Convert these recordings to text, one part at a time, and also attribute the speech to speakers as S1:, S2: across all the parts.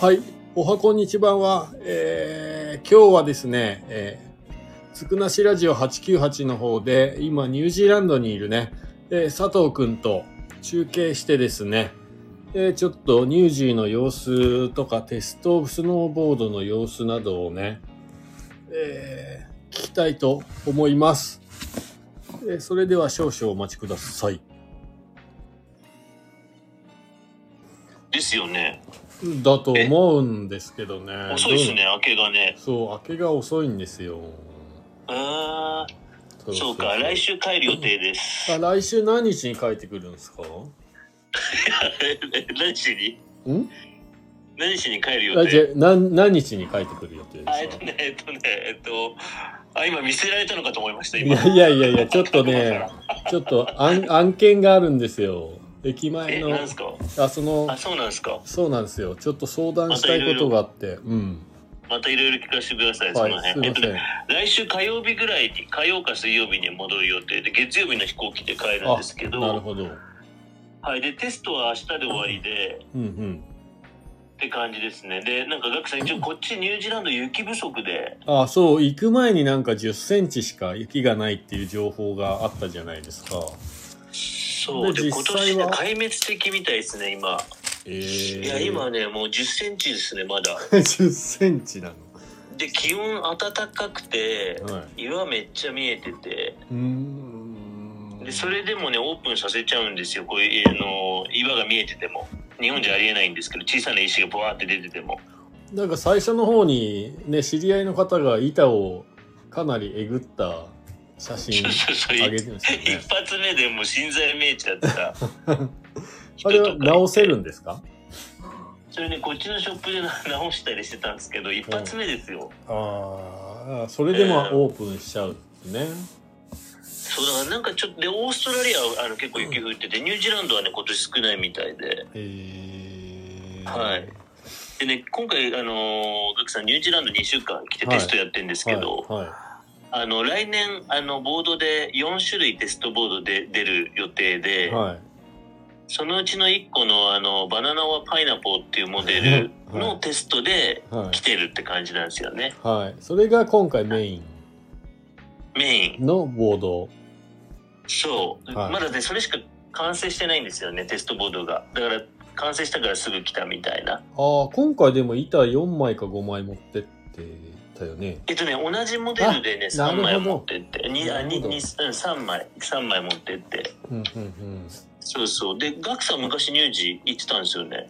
S1: はい。おはこんにちばんは、えー、今日はですね、えー、つくなしラジオ898の方で、今ニュージーランドにいるね、えー佐藤くんと中継してですね、えーちょっとニュージーの様子とかテストスノーボードの様子などをね、えー聞きたいと思います。えーそれでは少々お待ちください。
S2: ですよね。
S1: だと思うんですけどね。
S2: 遅いですね、明けがね。
S1: そう、明けが遅いんですよ。
S2: うーん。そうか、来。週帰る予定です。
S1: あ、来週何日に帰ってくるんですかん
S2: 何しに何しに帰る予
S1: あじゃ
S2: 定
S1: あ何何日に帰ってくる予定で
S2: あ、えっ
S1: す
S2: と
S1: か
S2: ね、えっとね、えっと、あ、今見せられたのかと思いました、
S1: い
S2: 今。
S1: やいやいやいや、ちょっとね、ちょっと案案件があるんですよ。駅前
S2: え、
S1: の
S2: なん、ですか
S1: あ、その
S2: あ、、そうなんですか
S1: そうなんですよ。ちょっと相談したいことがあって、うん。
S2: またいろいろ聞かせてください、そ
S1: は
S2: の
S1: い、す
S2: 辺。え
S1: い
S2: っ
S1: ま
S2: と
S1: せん。
S2: ね、来週火曜日ぐらいに、火曜か水曜日に戻る予定で、月曜日の飛行機で帰るんですけど、
S1: なるほど。うん
S2: はい、で、テストは明日で終わりで、
S1: うん。
S2: って感じですね。で、なんか、ガクさん、一応こっちニュージーランド雪不足で、
S1: あそう、行く前になんか10センチしか雪がないっていう情報があったじゃないですか。
S2: そう
S1: で
S2: で今
S1: 実際
S2: 年
S1: は
S2: ね壊滅的みたいですね今、
S1: えー、
S2: い や今ねもう1 0ンチですねまだ
S1: 10センチな
S2: で気温暖かくて
S1: の。はい。
S2: 岩めっちゃ見えてて
S1: うーん
S2: でそれでもねオープンさせちゃうんですよこういうあの岩が見えてても日本じゃありえないんですけど小さな石がボワーって出てても
S1: なんか最初の方にね知り合いの方が板をかなりえぐった写真
S2: そうそうそう
S1: あげ
S2: 一
S1: てましたよ ね
S2: 一発目でもう心臓見えちゃった
S1: あれは直せるんですか
S2: それねこっちのショップで直したりしてたんですけど一発目ですよ、
S1: ああそれでも
S2: えー
S1: オープンしちゃうんですね、
S2: そうだからなんかちょっとでオーストラリアはあの結構雪降ってて、ニュージーランドはね今年少ないみたいで
S1: えー
S2: はいでね今回あのーガクさんニュージーランド2週間来てテストやってるんですけど、
S1: はい、はい
S2: あの来年あのボードで4種類テストボードで出る予定で、
S1: はい
S2: そのうちの1個のあのバナナはパイナポーっていうモデルのテストで
S1: はい
S2: 来てるって感じなんですよね
S1: はい、それが今回メイ
S2: メイン
S1: ンのボード
S2: そう、
S1: はい
S2: まだねそれしか完成してないんですよねテストボードがだから完成したからすぐ来たみたいな
S1: ああ今回でも板4枚か5枚持ってってたよね
S2: えっとね、同じモデルでね、
S1: あ
S2: 3
S1: なる
S2: 枚
S1: ほど
S2: 持ってって、にあ
S1: なるほ
S2: に
S1: ど
S2: にうん3枚、三枚持ってって。
S1: うんうんうん
S2: そうそう。で、ガクさん昔乳児行ってたんですよね。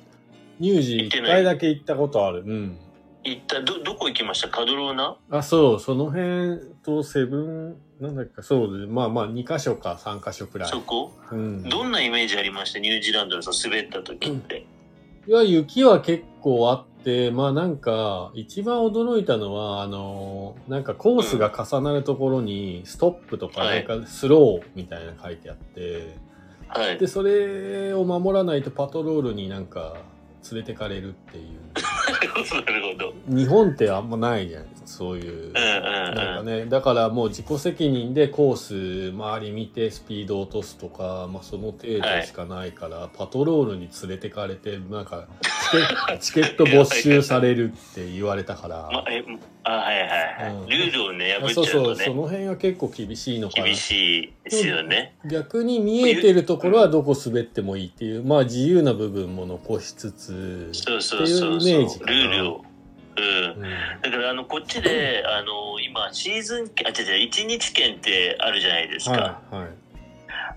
S1: ニュージー1回だけ行ったことあるうん
S2: 行った、ど、どこ行きましたカドローナ
S1: あ、そう、その辺とセブン、なんだっけ、そうで、まあまあ、2箇所か3箇所くらい
S2: そ。こ、
S1: うん。
S2: どんなイメージありましたニュージーランドのその滑った時って。
S1: いや、雪は結構あって、まあなんか、一番驚いたのは、あのー、なんかコースが重なるところに、ストップとか、
S2: は
S1: なん
S2: い
S1: かスローみたいなの書いてあって、
S2: はい
S1: で、。それを守らないとパトロールになんか、連れてかれるっていう。
S2: なるほど、なるほど。
S1: 日本ってあんまないじゃないですか、そういう。
S2: うん
S1: なんか
S2: うんうん。
S1: ね、だからもう自己責任でコース周り見てスピード落とすとか、まあ、その程度しかないから、パトロールに連れてかれてなんかチケチケット 没収されるって言われたから、
S2: ま、え、あ、はいはい
S1: うん
S2: はい。ルールをね、破っちゃ
S1: そう
S2: う
S1: そう
S2: と
S1: そ
S2: ね、
S1: の辺が結構厳しいのかな
S2: 厳しいですよね。
S1: 逆に見えてるところはどこ滑ってもいいっていう、まあ自由な部分も残しつつ、
S2: そうそうそう
S1: っていうイメージ
S2: そう。
S1: かな
S2: ルールを。うん。
S1: うん
S2: だからあのこっちで、あの今シーズン券あ違う違う一日券ってあるじゃないですか、
S1: はいはい、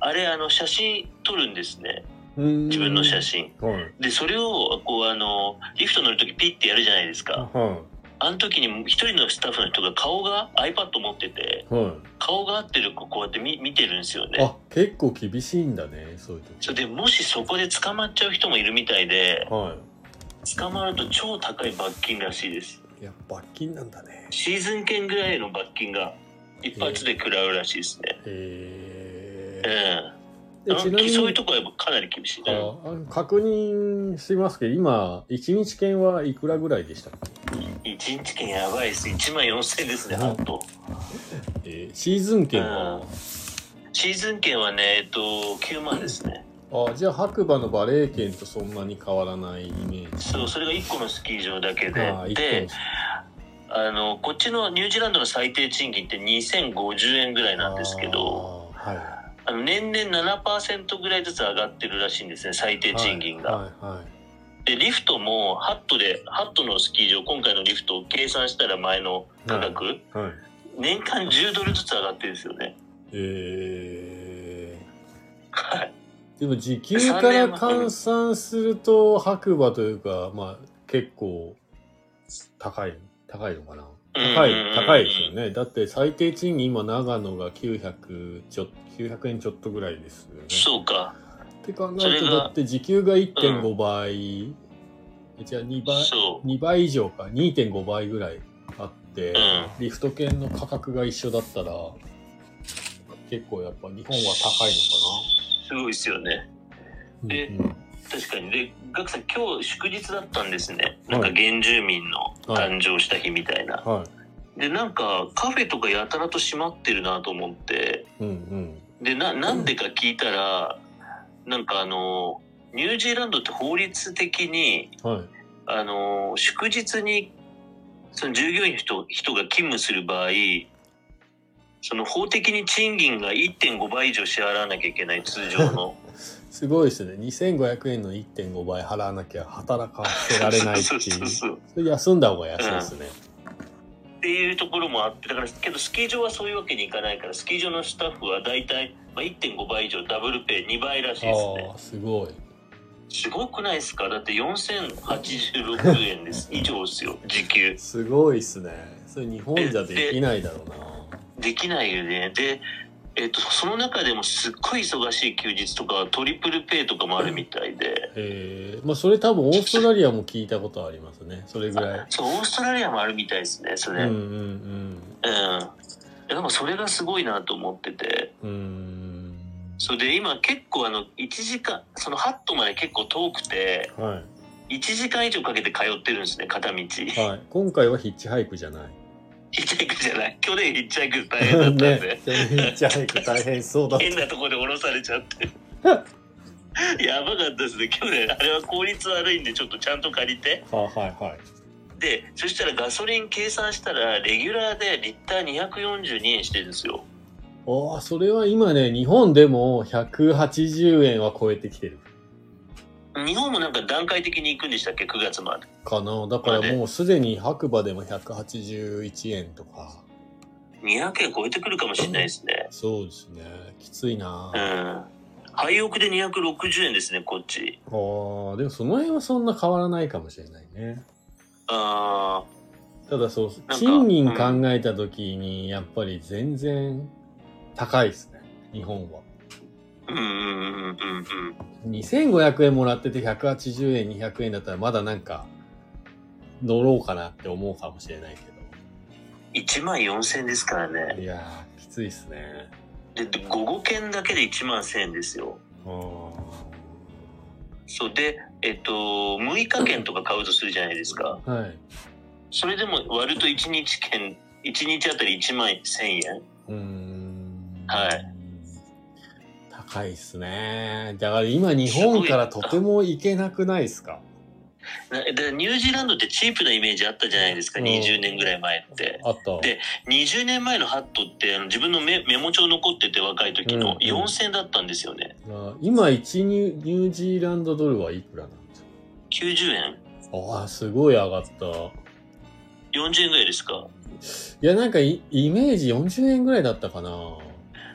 S2: あれあの写真撮るんですね
S1: 自
S2: 自分の写、真、
S1: はい
S2: でそれをこうあのリフト乗る時ピッてやるじゃないですか
S1: は
S2: あの時に一人のスタッフの人が顔が iPad 持ってて
S1: いはい、
S2: 顔が合ってる子こうやって見見てるんですよね
S1: あ結構厳しいんだねそういう時
S2: それでもしそこで捕まっちゃう人もいるみたいで
S1: はい
S2: 捕まると超高い罰金らしいです
S1: いや、罰金なんだね。
S2: シーズン券ぐらいの罰金が一発で食らうらしいですね、
S1: え
S2: うん
S1: ー、えちなみ
S2: そういう
S1: に
S2: とこはやっぱかなり厳しい。うん
S1: ああ確認しますけど、今、一日券はいくらぐらいでしたっ
S2: 一日券やばいです。1万4000円ですね、
S1: うん
S2: あと。
S1: け、えーシーズン券は
S2: シーズン券はね、えっと、9万ですね。
S1: あじゃあ白馬のバレエ圏とそんなに変わらないイメージ。
S2: そうそれが1個のスキー場だけで
S1: あー
S2: であのこっちのニュージーランドの最低賃金って2050円ぐらいなんですけど。
S1: あーは
S2: あの年々7%ぐらいずつ上がってるらしいんですね最低
S1: い。
S2: 賃金が。
S1: はいはいはい
S2: でリフトもハットでハットのスキー場今回のリフトを計算したら前の価格、
S1: はい。
S2: 年間10ドルずつ上がってるんですよね。
S1: え
S2: はい
S1: ー、でも時給から換算すると白馬というか、まあ結構高い、高いのかな。高い、高いですよ。ね。だって最低賃金今長野が900ちょ、900円ちょっとぐらいですよね。
S2: そうか。
S1: って考
S2: そ
S1: える
S2: れ
S1: と、
S2: が
S1: だって時給が1.5倍、じゃあ2倍、
S2: そう。
S1: 2倍以上か、2.5倍ぐらいあって、
S2: うん
S1: リフト券の価格が一緒だったら、結構やっぱ日本は高い
S2: すごいですよね。
S1: のかな。
S2: で
S1: うんうん
S2: 確かに。で、ガクさん、今日祝日だったんですね。
S1: は
S2: ないんか原住民の誕生した日みたいな。
S1: は
S2: で、なんかカフェとかやたらと閉まってるなと思って、
S1: い。うんうん。
S2: で、な、なんでか聞いたら、なんかあの、ニュージーランドって法律的に、
S1: はい。
S2: あの、祝日に、その従業員の人人が勤務する場合、その法的に賃金が1.5倍以上支払わなきゃいけない通 常の。
S1: すごいですね。2500円の1.5倍払わなきゃ働かせられないってい
S2: そうそう
S1: う。
S2: そう
S1: それ休んだ方が安いですね。
S2: っていうところもあってだからけどスキー場はそういうわけにいかないからスキー場のスタッフは大体、まあ、1.5倍以上ダブルペイ2倍らしいですね
S1: ああ、すごい。
S2: すごくないですかだって4086円です以上ですよ時給
S1: すごいっすね。それ日本じゃできないだろうな。
S2: できないよねでえっとその中でもすっごい忙しい休日とかはトリプルペイとかもあるみたいで
S1: えー、まあそれ多分オーストラリアも聞いたことありますね。それぐらい。
S2: そうオーストラリアもあるみたいですねそ
S1: うん
S2: れ
S1: う
S2: うん、
S1: ん
S2: でもそれがすごいなと思ってて
S1: うん。うーん。
S2: それで今結構あの1時間そのハットまで結構遠くて
S1: は
S2: 1時間以上かけて通ってるんですね片道ヒ
S1: い。はい。今回はヒッチハイクじゃない。
S2: ッチハイクじゃない去年ヒッチハイク大変だったん
S1: ね。
S2: で、
S1: ヒッチハイク大変そうだった。
S2: 変なところで降ろされちゃって やばかったですね去年あれは効率悪いんでちょっとちゃんと借りて
S1: あ はいはい。
S2: でそしたらガソリン計算したらレギュラーでリッター242円してるんですよ
S1: ああ、それは今ね、日本でも180円は超えてきてる
S2: 日本もなんか段階的に行くんでしたっけ9月まで
S1: かな。だからもうすでに白馬でも181円とか。
S2: 200円超えてくるかもしれないですね
S1: そうですね。きついな。
S2: う
S1: あ
S2: ん廃屋で260円ですねこっち
S1: あー、でもその辺はそんな変わらないかもしれないね。
S2: あ
S1: ただそう
S2: か、
S1: 賃金考えた時に、やっぱり全然高いですね。日本は。
S2: あうんうんうんうんうん
S1: 2500円もらってて180円、200円だったらまだなんか乗ろうかなって思うかもしれないけ
S2: 1万4000円ですから
S1: ど。
S2: ね
S1: いやー、きついっすね。
S2: で5五件だけで1万1000円ですよ
S1: うーん
S2: そうでえっと6日券とか買うとするじゃないですか
S1: はい。
S2: それでも割ると1日券1日あたり1万1000円
S1: うーん。
S2: はい。
S1: 高いっすね。だから今日本からとても行けなくないですか
S2: なでニュージーランドってチープなイメージあったじゃないですか
S1: うん
S2: 20年ぐらい前って
S1: あった。
S2: で20年前のハットってあの自分のメメモ帳残ってて若い時
S1: う
S2: の
S1: んうん
S2: 4000円だったんですよね
S1: まあ今1ニュニュージーランドドルはいくらなんですか
S2: 90円
S1: ああ、すごい上がった。い
S2: 40円ぐらいですか
S1: や、なんかイイメージ40円ぐらいだったかな。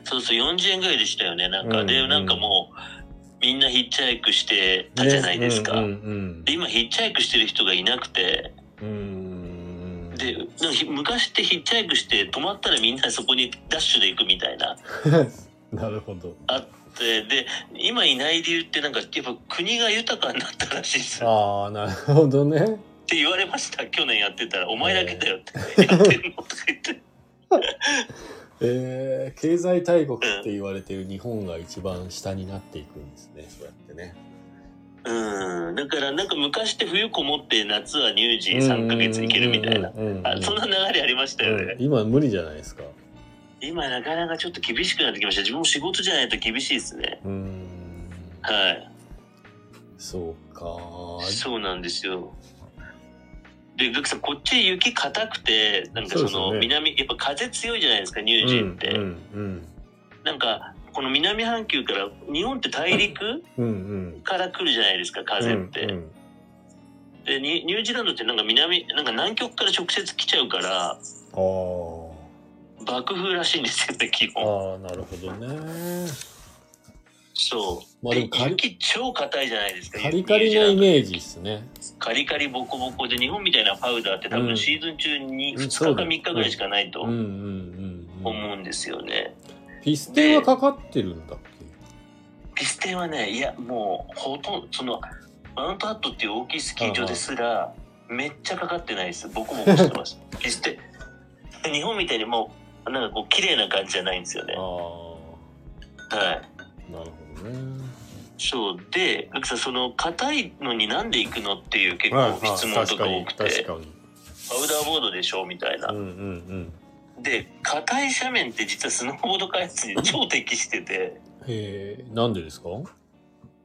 S2: そうそう40円ぐらいでしたよねなんか、
S1: うんう
S2: で
S1: ん
S2: なんかもうみんなヒッチハイクしてたじゃないですか、
S1: ねうん
S2: で今ヒッチハイクしてる人がいなくて
S1: うんうん。うーん
S2: でなんかひ昔ってヒッチハイクして止まったらみんなそこにダッシュで行くみたいな
S1: なるほど。
S2: でで今いない理由ってなんかやっぱ国が豊かになったらしいですっ
S1: ああ、なるほどね。
S2: て言われ ました去年やってたら「お前だけだよ」って「やってんの?」とか言 って
S1: えー、経済大国って言われてる日本が一番下になっていくんですね、そうやってね。
S2: うんだからなんか昔って冬こもって夏は乳児3ヶ月行けるみたいな
S1: うんうんうんうん。
S2: あそんな流れありましたよね、
S1: うん今無理じゃないですか。
S2: 今なかなかちょっと厳しくなってきました自分も仕事じゃないと厳しいですね
S1: うーん。
S2: はい。
S1: そうか。
S2: そうなんですよ。で、ガクさん、こっち雪硬くて、なんかそ
S1: そう
S2: の、
S1: ですね
S2: 南、やっぱ風強いじゃないですか、ニュージーって。
S1: うんうん
S2: なんか、この南半球から、日本って大陸
S1: うんうん
S2: から来るじゃないですか、
S1: うん。
S2: 風って。
S1: うんうん
S2: でニ、ニュージーランドってなんか南、なんか南極から直接来ちゃうから、
S1: あー
S2: 爆風らしいんですよね、基
S1: あ
S2: 本。
S1: ー、なるほどね。
S2: そう。
S1: まあでも
S2: で
S1: カリ
S2: 雪超硬いじゃないですか。
S1: カリカリなイメージですね。
S2: カリカリボコボコで日本みたいなパウダーって多
S1: う
S2: 分
S1: ん
S2: シーズン中に
S1: うん
S2: 2日
S1: そうだ
S2: か3日ぐらいしかないと
S1: うんうんうんう
S2: 思うんですよね。
S1: ん。ピステンはかかってるんだっけ
S2: ピステンはねいやもうほとんどそのマウントハットっていう大きいスキー場ですらめっちゃかかってないですボコボコしてます ピステン日本みたいにもうなんかこう綺麗な感じじゃないんですよね
S1: ああ
S2: は、い
S1: なるほどね。
S2: そうでガクさんその硬いのになんで行くのっていう結
S1: はい
S2: 構
S1: はい
S2: 質問と
S1: 確
S2: か
S1: か
S2: 多
S1: に
S2: くて、
S1: 確かに。
S2: パウダーボードでしょみたいな、
S1: うんうん
S2: で硬い斜面って実はスノーボード開発に超適してて
S1: うん。へえ、なんでですか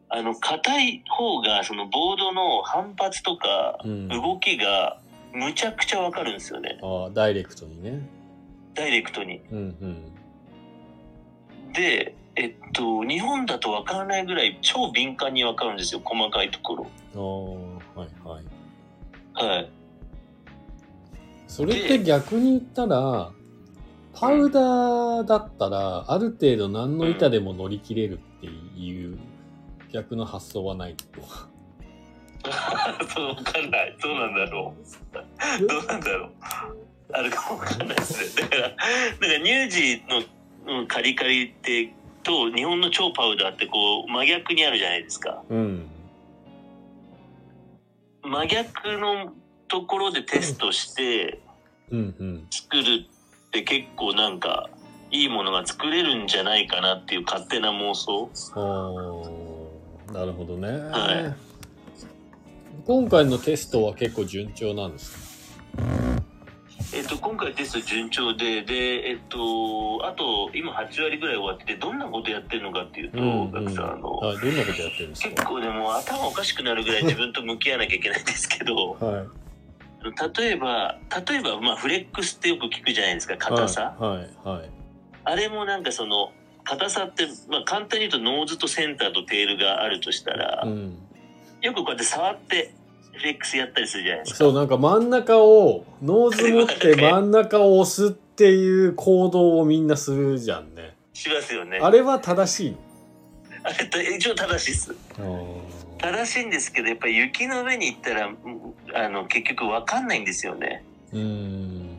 S2: あの硬い方がそのボードの反発とか
S1: うん。
S2: 動きがむちゃくちゃわかるんですよね
S1: ああ、ダイレクトにね。
S2: ダイレクトに
S1: うんうん。
S2: でえっと日本だとわからないぐらい超敏感にわかるんですよ細かいところ
S1: ああ、はいはい。
S2: はい
S1: それって逆に言ったら、パウダーだったら、ある程度何の板でも乗り切れるっていう逆の発想はないと。
S2: そうわかんないどうなんだろうどうなんだろうあるかもわかんないですねだからだからニュージーの、うん、カリカリってと日本の超パウダーってこう真逆にあるじゃないですか
S1: うん。
S2: 真逆のところでテストして
S1: うんうん。
S2: 作るって結構なんかいいものが作れるんじゃないかなっていう勝手な妄想
S1: ああ、なるほどね。
S2: は
S1: 今回のテストは結構順調なんです
S2: えっと今回テスト順調ででえっとあと今8割ぐらい終わっててどんなことやってるのかっていう
S1: か
S2: と、ガクさんあの、
S1: はい、どんなことやってるんです
S2: 結
S1: か
S2: 構でも頭おかしくなるぐらい自分と向き合わなきゃいけないんですけど
S1: はい。
S2: あの例えば例えばまあフレックスってよく聞くじゃないですか硬さ、
S1: はい、はい、はい。
S2: あれもなんかその硬さって、まあ、簡単に言うとノーズとセンターとテールがあるとしたら、
S1: うん。
S2: よくこうやって触ってフレックスやったりするじゃないですか。
S1: そう、なんか真ん中を、ノーズ持 って真ん中を押すっていう行動をみんなするじゃんね。
S2: しますよね。
S1: あ
S2: あ
S1: れは正しい
S2: れと一応正しいです。
S1: の
S2: 正しいんですけどやっぱり雪の上に行ったらうんあの結局わかんないんですよね。
S1: うーん。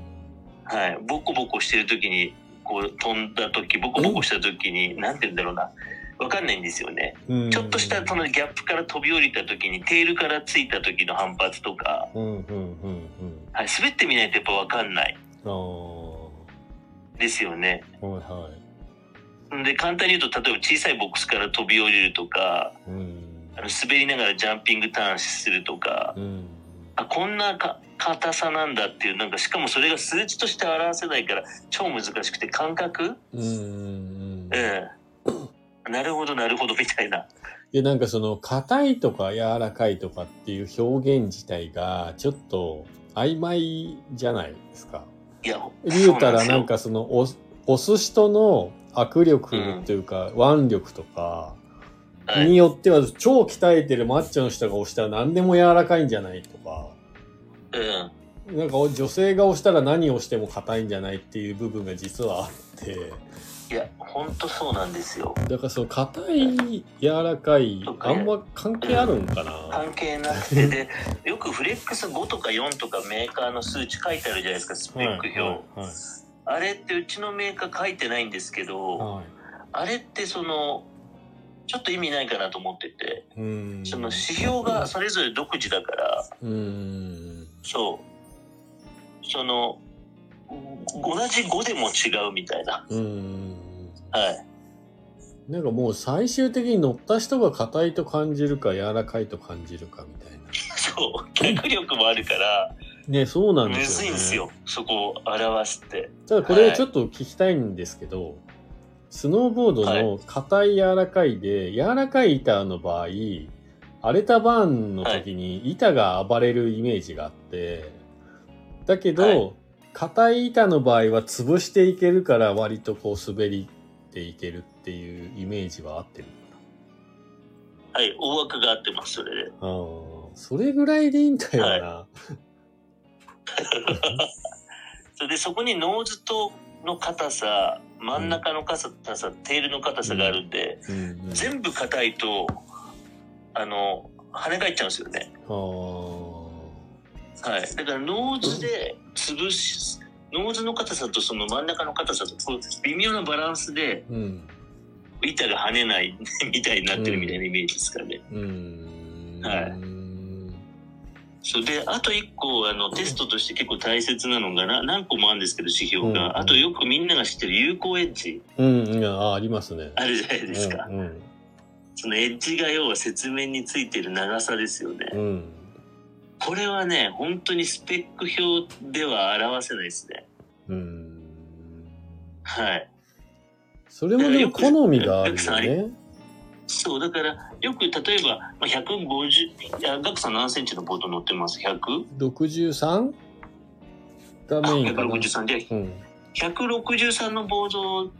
S2: はい、ボコボコしてる時にこう飛んだ時ボコボコした時に何て言うんだろうなわかんないんですよね。
S1: うん
S2: ちょっとしたそのギャップから飛び降りた時にテールからついた時の反発とか、
S1: うんうんうんうん。
S2: はい、滑ってみないとやっぱわかんない
S1: ああ。は
S2: ですよね。
S1: いはい。
S2: で簡単に言うと例えば小さいボックスから飛び降りるとか
S1: うん。
S2: あの滑りながらジャンピングターンするとか
S1: うん。
S2: あこんなか硬さなんだっていうなんかしかもそれが数値として表せないから超難しくて感覚
S1: うんうんうん。
S2: うんなるほどなるほどみたいな
S1: で、なんかその、硬いとか柔らかいとかっていう表現自体が、ちょっと曖昧じゃないですか。
S2: いや
S1: 言うたらなん
S2: か
S1: かその押す押す人の握力というか腕力とかによっては超鍛えてるマッチョの人が押したら何でも柔らかいんじゃないとか
S2: うん
S1: なんか女性が押したら何を押しても硬いんじゃないっていう部分が実はあって
S2: いや本当そうなんですよ
S1: だからその硬い柔らかい
S2: そうか
S1: あんま関係あるんかな
S2: 関係なくてでよくフレックス5とか4とかメーカーの数値書いてあるじゃないですかスペ
S1: はい
S2: ック
S1: はい
S2: 表、
S1: はい
S2: あれってうちのメーカー書いてないんですけど、
S1: は
S2: あれってそのちょっと意味ないかなと思ってて
S1: いうーん
S2: その指標がそれぞれ独自だから
S1: うーん
S2: そうその同じ5でも違うみたいな
S1: うーん
S2: はい
S1: なんかもう最終的に乗った人が硬いと感じるか柔らかいと感じるかみたいな。
S2: そう脚力もあるから
S1: ね、そうなん
S2: む
S1: ですよ、
S2: ず
S1: ね。
S2: いんですよそこを表すって
S1: ただこれちょっと聞きたいんですけど、スノーボード
S2: は
S1: の硬い柔らかいで、柔らかい板の場合、荒れたバーンの時に板が暴れるイメージがあって、だけど、
S2: はい
S1: 硬い板の場合は潰していけるから割とこう滑りっていけるっていうイメージは合ってる
S2: はい、大枠が合ってます、それで。
S1: かな。うん。それぐらいでいいんだよな。
S2: それで、そこにノーズとの硬さ、真ん中の硬さ、テールの硬さがあるんで、
S1: うんうん
S2: 全部硬いと、あの、跳ね返っちゃうんですよね。
S1: あー
S2: はい。だから、ノーズで潰し、ノーズの硬さとその真ん中の硬さと、こう微妙なバランスで、
S1: うん。
S2: 板が跳ねない みたいになってるみたいなイメージですからね。
S1: うーん。
S2: はいそうで、あと一個、あの、テストとして結構大切なのが、な何個もあるんですけど、指
S1: う
S2: 標
S1: んうん
S2: が。あと、よくみんなが知ってる有効エッジ、
S1: うん、いや、あありますね。
S2: あるじゃないですか。
S1: うん、うん
S2: そのエッジが要は雪面についてる長さですよね。
S1: うん。
S2: これはね、本当にスペック表では表せないですね。
S1: うん。
S2: はい。
S1: それもでも好みがある
S2: よくさ
S1: よね。
S2: そう、だから、よく例えば、まあ、150、いや、ガクさん何センチのボード乗ってます ?100?
S1: 63? ダ
S2: あ、
S1: メインかな。
S2: 163で、
S1: うん。
S2: 163のボード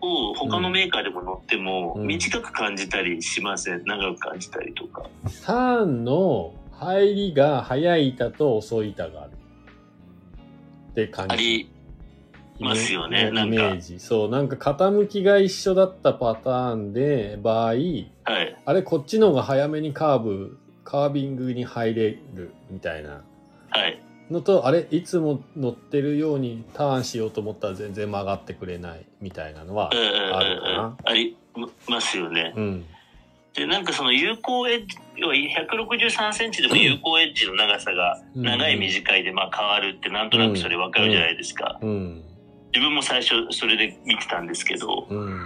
S2: を他のメーカーでも乗っても
S1: うん
S2: 短く感じたりしません、長く感じたりとか
S1: ターンの入りが早い板と遅い板がある。って感
S2: あ
S1: じ。
S2: りますよね
S1: イ
S2: なんか
S1: メージ。そう、なんか傾きが一緒だったパターンで、場合、
S2: はい
S1: あれ、こっちの方が早めにカーブ、カービングに入れるみたいな
S2: はい
S1: のと、あれ、いつも乗ってるようにターンしようと思ったら全然曲がってくれないみたいなのは
S2: うんうんうん
S1: あるか
S2: うん
S1: な。
S2: ありますよね
S1: うん。
S2: でなんかその有効エッジ要は163センチでも有効エッジの長さが
S1: うん
S2: 長い短いでまあ変わるってなんとなくそれ分かるじゃないですか
S1: うん。
S2: 自分も最初それで見てたんですけど
S1: うん。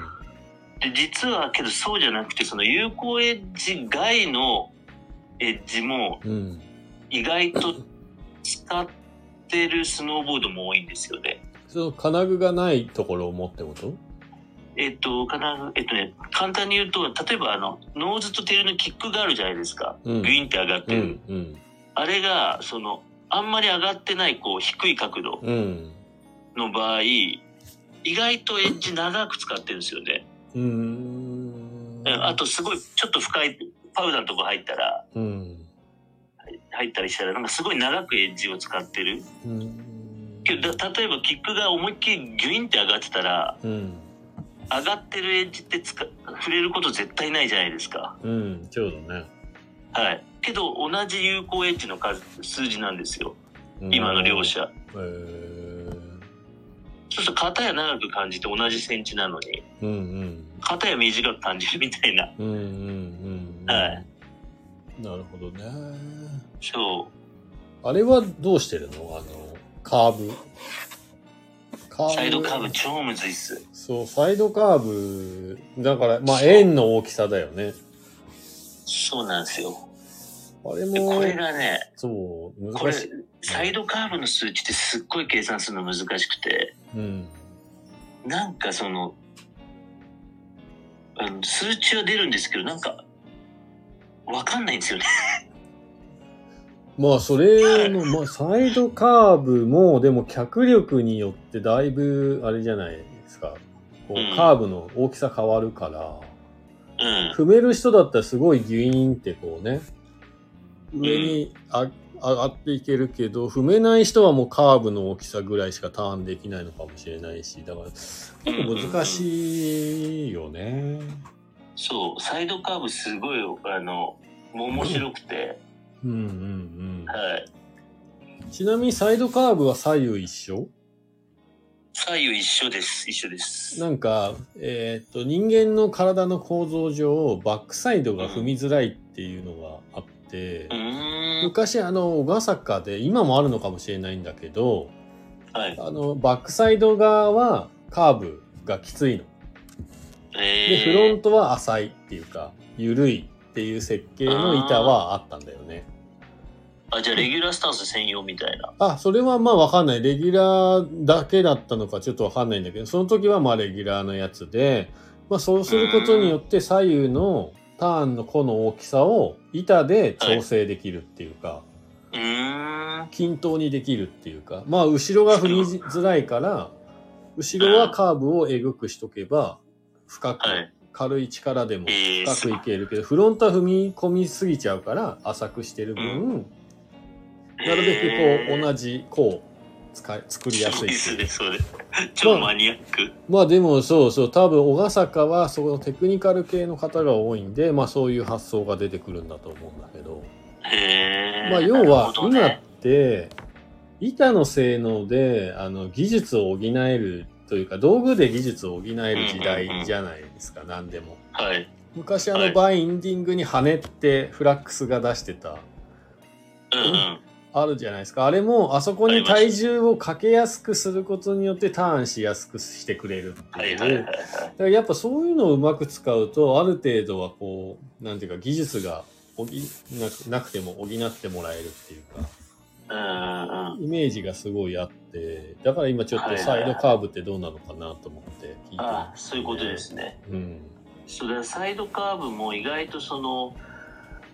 S2: で実はけどそうじゃなくてその有効エッジ外のエッジも
S1: うん。
S2: 意外と使ってるスノーボードも多いんですよね。
S1: その金具がないところを持ってこと
S2: えっと、かなえっとね、簡単に言うと、例えばあの、ノーズとテールのキックがあるじゃないですか。
S1: うん
S2: グインって上がって
S1: う
S2: る。
S1: ん。うん。
S2: あれが、その、あんまり上がってない、こう、低い角度
S1: うん。
S2: の場合、意外とエッジ長く使ってるんですよね。
S1: うん。
S2: うんあと、すごい、ちょっと深い、パウダーのとこ入ったら、
S1: うん。
S2: 入ったりしたら、なんかすごい長くエッジを使ってる。
S1: うん。
S2: けどだ例えばキックが思いっきりギュインって上がってたら、
S1: うん。
S2: 上がってるエッジってつか触れること絶対ないじゃないですか。
S1: うん。ちょうどね。
S2: はい。けど同じ有効エッジの数数字なんですよ。今の両者。
S1: うん。へー
S2: そうすると片や長く感じて同じセンチなのに、
S1: うんうん。
S2: 片や短く感じるみたいな。
S1: うんうんうんうん。
S2: はい。
S1: なるほどね。
S2: そ
S1: あれはどうしてるのあの、カーブ。カ
S2: う。サイドカーブ超むずいっす。
S1: そう、サイドカーブ。だから、まあ、
S2: そう
S1: 円の大きさだよね。
S2: そうなんですよ。
S1: あれ
S2: で
S1: も
S2: こ、れがね、
S1: そう、
S2: これ
S1: 難しい。、
S2: サイドカーブの数値ってすっごい計算するの難しくて、
S1: うん。
S2: なんかその、あの数値は出るんですけど、なんか、わかんないんですよね。
S1: まあ、それの、まあ、サイドカーブも、でも、脚力によって、だいぶ、あれじゃないですか。こ
S2: う
S1: う、
S2: ん
S1: カーブの大きさ変わるから。
S2: うん。
S1: 踏める人だったらすごいギュイーンってこうね、上にあ上がっていけるけど、踏めない人はもうカーブの大きさぐらいしかターンできないのかもしれないし、だから結構難しいよね。
S2: そう、サイドカーブすごい、あの、もう面白くて、
S1: うんうん
S2: はい。
S1: うん。ちなみにサイドカーブは左右一緒
S2: 左右一緒です、一緒です。
S1: なんか、えーっと、人間の体の構造上、バックサイドが踏みづらいっていうのがあって
S2: う、ーん。
S1: 昔あの、小笠原で、今もあるのかもしれないんだけど、
S2: はい。
S1: あの、バックサイド側はカーブがきついの。で、フロ
S2: え
S1: ントは浅いっていうか、緩いっていう設計の板はあったんだよね。
S2: ー、あ、じゃあレギュラースタンス専用みたいな。
S1: あ、それはまあわかんない。レギュラーだけだったのかちょっとわかんないんだけど、その時はまあレギュラーのやつで、まあそうすることによって左右のターンの弧の大きさを板で調整できるっていうか、
S2: うーん。
S1: 均等にできるっていうか、まあ後ろが振りづらいから、後ろはカーブをえぐくしとけば、深く、
S2: はい。
S1: 軽い力でも
S2: えー、
S1: 深くいけるけど、フロントは踏み込みすぎちゃうから浅くしてる分、なるべくこう同
S2: じ
S1: じ弧を使い作りやすいっていう
S2: そうです、そうです。超マニアック。
S1: まあでもそうそう多分小笠坂はそこのテクニカル系の方が多いんでまあそういう発想が出てくるんだと思うんだけど、
S2: へえ。
S1: まあ要は
S2: なるほど
S1: 今っ
S2: ね
S1: て板の性能であの技術を補えるというか道具で技術を補える時代じゃないですか、何でも
S2: はい。
S1: 昔あ
S2: は
S1: の
S2: い
S1: バインディングに羽ねってフラックスが出してた
S2: うんうん。
S1: あるじゃないですかあれもあそこに体重をかけやすくすることによってターンしやすくしてくれるって、
S2: はいいうはいはいはい。
S1: だからやっぱそういうのをうまく使うとある程度はこうなんていうか技術が補いなくなくても補ってもらえるっていうか
S2: うんうん。
S1: イメージがすごいあってだから今ちょっとサイドカーブってどうなのかなと思って聞いて、
S2: ああ、そういうことで、すね。
S1: うん、
S2: そうだからサイドカーブも意外とその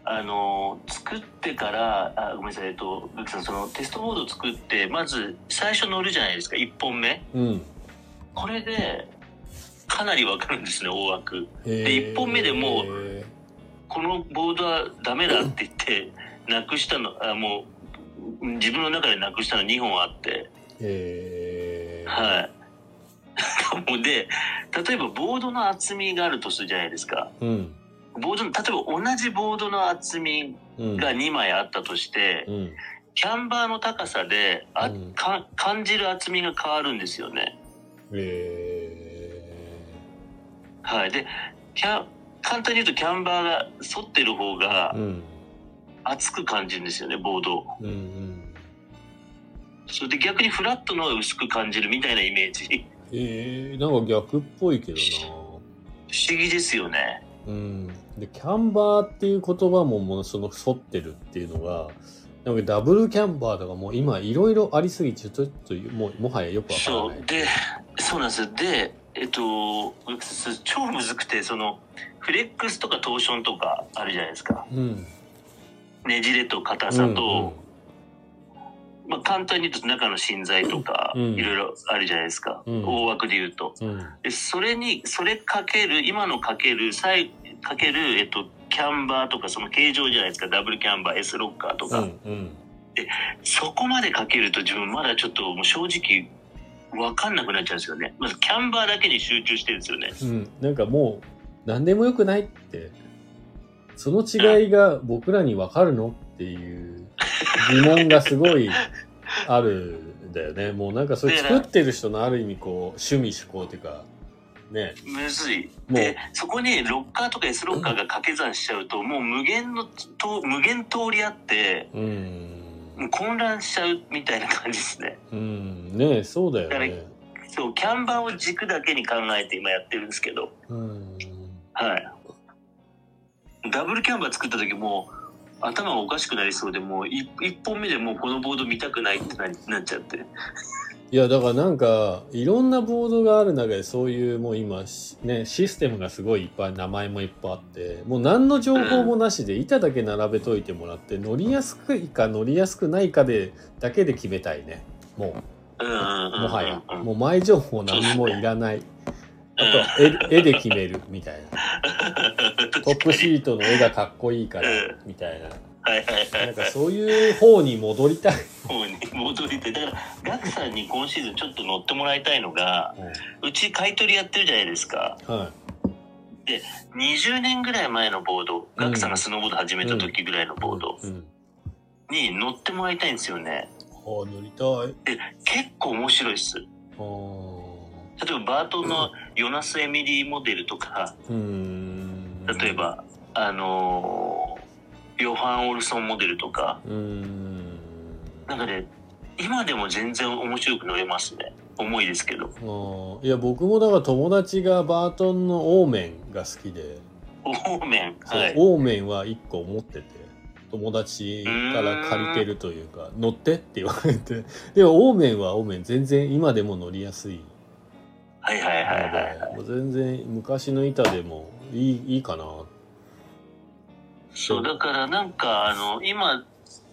S2: あの作ってからあごめんなさいえっとブックさんそのテストモードを作ってまず最初乗るじゃないですか1本目
S1: うん、
S2: これでかなり分かるんですね大枠
S1: で
S2: 一本目でもこのボードはダメだって言ってなくしたのあもう自分の中でなくしたの2本あって
S1: え
S2: はい もうで例えばボードの厚みがあるとするじゃないですか
S1: いうん
S2: ボードの例えば同じボードの厚み
S1: うん
S2: が2枚あったとして、
S1: うん
S2: キャンバーの高さであ、
S1: うん
S2: か感じる厚みが変わるんですよね。
S1: え
S2: はい、でキャン簡単に言うとキャンバーが反ってる方が
S1: ーうん
S2: 厚く感じるんですよねボードを
S1: うんうん
S2: それで逆にフラットの方が薄く感じるみたいなイメージ
S1: えー、なんか逆っぽいけどな
S2: 不思議ですよね。
S1: うん、でキャンバーっていう言葉ももうその反ってるっていうのがなんかダブルキャンバーとかもう今いろいろありすぎてちょっともうもはやよくわから
S2: そ。
S1: ないう
S2: でそうなんですよでえっとす超むずくてそのフレックスとかトーションとかあるじゃないですか
S1: うん、
S2: ねじれと硬さと、
S1: う
S2: まあ、簡単に言うと中の芯材とか
S1: うん
S2: いろいろあるじゃないですか、
S1: うん
S2: 大枠で言うと
S1: んうんうん
S2: でそれにそれかける今のかける最かける、えっと、キャンバーとかその形状じゃないですかダブルキャンバー S ロッカーと
S1: う
S2: か、
S1: んうん
S2: そこまでかけると自分まだちょっともう正直分かんなくなっちゃうんですよねまずキャンバーだけに集中してるんですよね
S1: うん、なんかもう何でもよくないってその違いが僕らにわかるのっていう疑問がすごいあるんだよねもうなんかそれ作ってる人のある意味こう趣味嗜好っていうかね
S2: むずい
S1: もう
S2: でそこにロッカーとか S ロッカーが掛け算しちゃうともう無限のと無限通りあって
S1: うん
S2: もう混乱しちゃうみたいな感じですね
S1: うんねえそうだよね。
S2: そう、キャンバーを軸だけに考えて今やってるんですけど、
S1: うん
S2: はい。ダブルキャンバー作った時も、頭がおかしくなりそうで、もうい一本目でもうこのボード見たくないってななっちゃって。
S1: いやだからなんかいろんなボードがある中でそういうもう今しねシステムがすごいいっぱい名前もいっぱいあってもう何の情報もなしで板だけ並べといてもらって乗りやすくいか乗りやすくないかでだけで決めたいねも
S2: うんうんうん
S1: う
S2: うん。
S1: もは や
S2: うん
S1: もう前情報何もいらないあと絵絵で決めるみた いなトップシートの絵がかっこいいからみたいな
S2: はいはいはい
S1: なんかそういう方に戻りたい。
S2: 方に戻りて。だから、ガクさんに今シーズンちょっと乗ってもらいたいのが、うち買い取りやってるじゃないですか。
S1: は
S2: 20年ぐらい前のボード、ガクさんがスノーボード始めた時ぐらいの
S1: い、
S2: ボード
S1: うん
S2: に乗ってもらいたいんですよね。
S1: ああ、乗りたい。
S2: 結構面白いっす。
S1: ああ。
S2: 例えばバートンのヨナス・エミリーモデルとか
S1: うーん。
S2: 例え。ば、あのーヨハン・オルソンモデルとか
S1: うーん。
S2: なんかね今でも全然面白く乗れますね重いですけど
S1: あーいや、僕もだから友達がバートンのオーメンが好きで、
S2: オーメンは
S1: そう
S2: い
S1: オーメンは1個持ってて、友達から借りてるというか、乗ってって言われて。でも、オーメンはオーメン全然今でも乗りやすい
S2: はいはいはいはいは
S1: の
S2: い。
S1: で、もう全然昔の板でもいい、いいかな。
S2: そう、だからなんか、あの、今、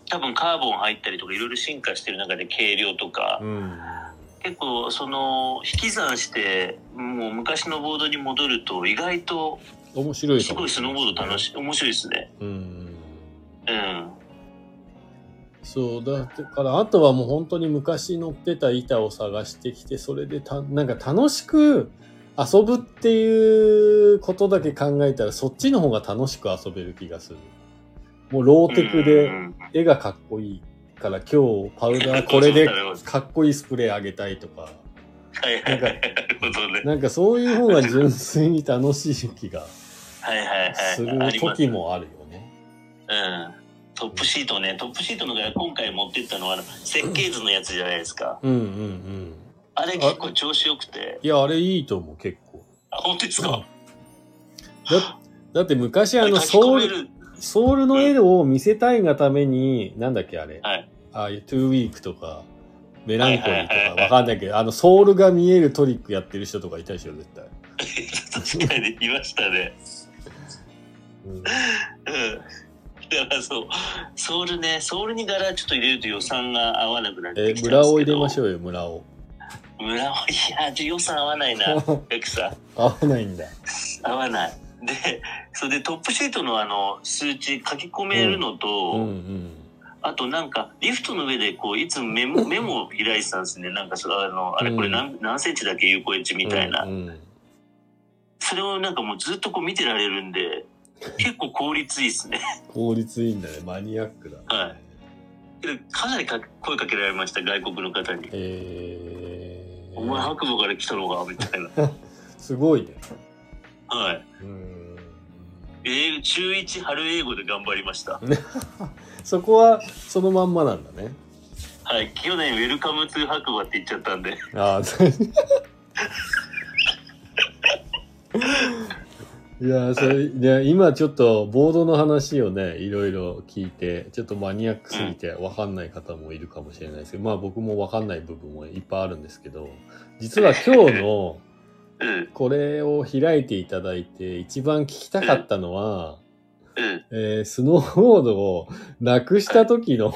S2: 多分カーボン入ったりとかいろいろ進化してる中で軽量とか、
S1: うん。
S2: 結構その引き算してもう昔のボードに戻ると意外と
S1: 面白い
S2: す
S1: か
S2: ご
S1: も
S2: いス
S1: しれ
S2: ノ
S1: な
S2: ー
S1: い
S2: ボード楽しい面白いですね
S1: うん。
S2: うん
S1: そうだからあとはもう本当に昔乗ってた板を探してきてそれでたなんか楽しく遊ぶっていうことだけ考えたらそっちの方が楽しく遊べる気がするもうローテク
S2: う
S1: で
S2: ん
S1: 絵がかっこいいから今日 パウダーこれでかっこいいスプレーあげたいとか
S2: はいはいはいなるほどね
S1: なんかそういう方が純粋に楽しい気が
S2: はいはいはい
S1: す
S2: あ
S1: る
S2: ります
S1: 時もあるよね
S2: うんトップシートねトップシートのが今回持ってったのはあの設計図のやつじゃないですか
S1: うんうんうん
S2: あれ結構調子よくて
S1: いやあれいいと思う結構
S2: あ本当ですか
S1: だだって昔あの
S2: 書き込
S1: ソウ
S2: め
S1: ル
S2: る
S1: ソウルの絵を見せたいがために、なんだっけあれ、
S2: はい
S1: ああいうトゥーウィークとか、メランコリ
S2: はいはい
S1: ーとか、
S2: はいはい
S1: わかんないけど、あの、ソウルが見えるトリックやってる人とかいたでしょ、絶対。
S2: 確かにいましたね
S1: うん、
S2: うんだからそう、ソウルね、ソウルに柄ちょっと入れると予算が合わなくなっ
S1: え
S2: て、きたんですけど。
S1: 村を入れましょうよ、村を。
S2: う。村を、いや、ちょ予算合わないな。よくさ、
S1: 合わないんだ。
S2: 合わない。で、それでトップシートのあの、数値書き込めるのと、
S1: うんうん。
S2: あとなんか、リフトの上でこう、いつもメモ、メモを開いてたんですね。なんかそう、あの、あれこれ何,、何センチだっけ有効エッジみたいな、
S1: うんうん
S2: それをなんかもうずっとこう見てられるんで、結構効率いいですね。
S1: 効率いいんだね、マニアックだ、ね。
S2: はいでかなりか声かけられました、外国の方に。
S1: え
S2: お
S1: ー、
S2: 前白馬から来たのかみた いな。
S1: すごいね。
S2: はい。
S1: うん。
S2: 英語中1春英語で頑張りました。
S1: そこは、そのまんまなんだね。
S2: はい。去年ウェルカムツー白馬って言っちゃったんで。
S1: あ あ、いや、それ、いや、今ちょっとボードの話をね、いろいろ聞いて、ちょっとマニアックすぎてわかんない方もいるかもしれないですけど、まあ僕もわかんない部分もいっぱいあるんですけど、実は今日の
S2: うん。
S1: これを開いていただいて、一番聞きたかったのは、
S2: うん。
S1: えースノーボードをなくした時の、
S2: はい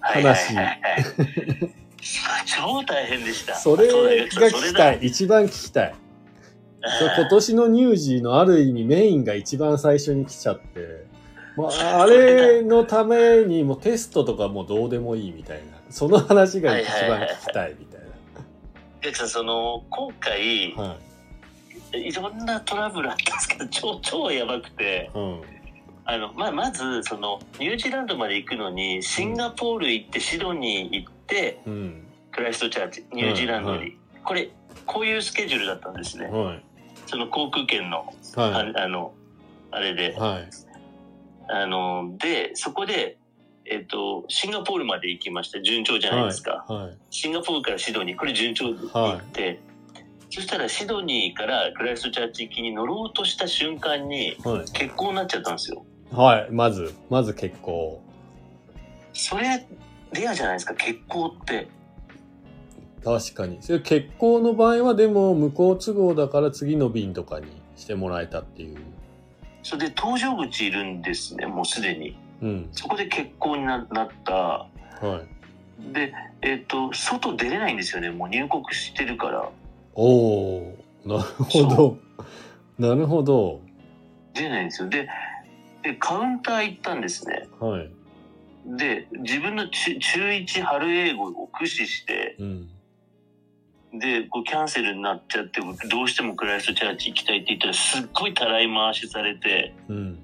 S2: はい
S1: 話
S2: はいはい。超大変でした。
S1: それ
S2: そうだ
S1: が
S2: よそれ
S1: 聞き
S2: だ
S1: たい。一番聞きたい。そう
S2: うん
S1: 今年のニュージーのある意味メインが一番最初に来ちゃって、まあ、あれのためにもうテストとかもうどうでもいいみたいなその話が一番聞きたいみたい
S2: ジャックさんその、今回、
S1: な。はい
S2: いろんなトラブルあったんですけど、 超、超やばくて、
S1: うん
S2: あの、まあ、まず、その、ニュージーランドまで行くのに、シンガポール行って、シドニー行って、
S1: うん
S2: クライストチャーチ、ニュージーランドに。
S1: はいは
S2: これ、こういうスケジュールだったんですね。
S1: はい
S2: その航空券の、
S1: は
S2: ああの、あれで
S1: い。はい
S2: あの、で、そこで、えっと、シンガポールまで行きました。順調じゃないですか。
S1: はい
S2: シンガポールからシドニー、これ順調で行
S1: は
S2: って、そしたらシドニーからクライストチャーチ行きに乗ろうとした瞬間に、
S1: いはい
S2: 欠航になっちゃったんですよ。
S1: はいまずまず結構
S2: それ、レアじゃないですか、欠航って。
S1: 確かにそれ結婚の場合はでも無効都合だから次の便とかにしてもらえたっていう。
S2: それで搭乗口いるんですね、もうすでに。
S1: うん
S2: そこで欠航にななった。
S1: はい。
S2: で、えっと、外出れないんですよね、もう入国してるから。
S1: おおなるほど
S2: そ
S1: なるほど
S2: 出ないんですよででカウンター行ったんですね
S1: はい。
S2: で自分の中中1春英語を駆使して
S1: うん
S2: でこうキャンセルになっちゃってどうしてもクライストチャーチ行きたいって言ったらすっごいたらい回しされて
S1: うん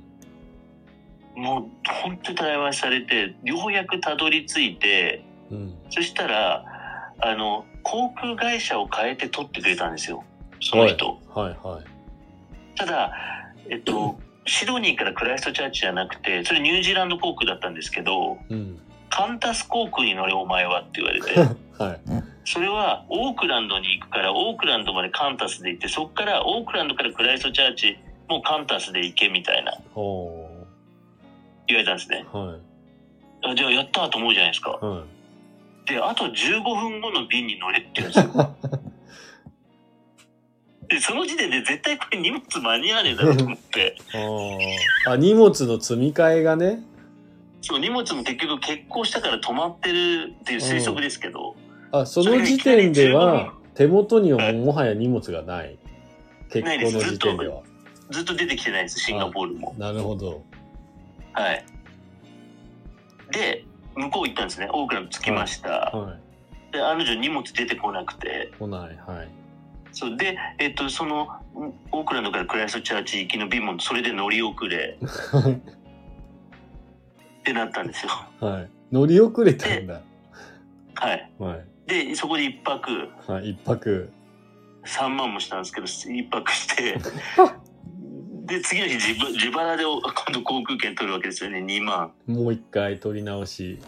S2: もう本当にたらい回しされてようやくたどり着いて
S1: うん
S2: そしたらあの航空会社を変えて取ってくれたんですよその人、
S1: はいはい
S2: ただえっとシドニーからクライストチャーチじゃなくてそれニュージーランド航空だったんですけど
S1: うん
S2: カンタス航空に乗れお前はって言われて
S1: はい
S2: それはオークランドに行くからオークランドまでカンタスで行ってそっからオークランドからクライストチャーチもうカンタスで行けみたいな
S1: おー
S2: 言われたんですね。
S1: は
S2: あじゃあやったーと思うじゃないですか
S1: い。。は
S2: で、あと15分後の便に乗れって言うんですよ。で、その時点で絶対これ荷物間に合わねえだろうと思って。
S1: い。あーあ、荷物の積み替えがね。
S2: そう、荷物も結局欠航したから止まってるっていう推測ですけど、
S1: あ、その時点では、手元にはもはや荷物がない。結
S2: ない
S1: 婚
S2: です
S1: の時点では。
S2: ずっと出てきてないです、シンガポールも。
S1: なるほど。
S2: はい。で、向こう行ったんですね。オークランド着きました。
S1: は
S2: で、ある女荷物出てこなくて
S1: い。。来ない。はい。
S2: そうで、えっと、その、んオークランドからクライストチャーチ行きの便もそれで乗り遅れってなったんですよ。
S1: はい。乗り遅れたんだ。
S2: はい。
S1: はい。
S2: で、そこで一泊、
S1: はい。一泊。
S2: 3万もしたんですけど、一泊して、で、次の日自分自腹でお今度航空券取るわけですよね、2万。
S1: もう一回取り直し。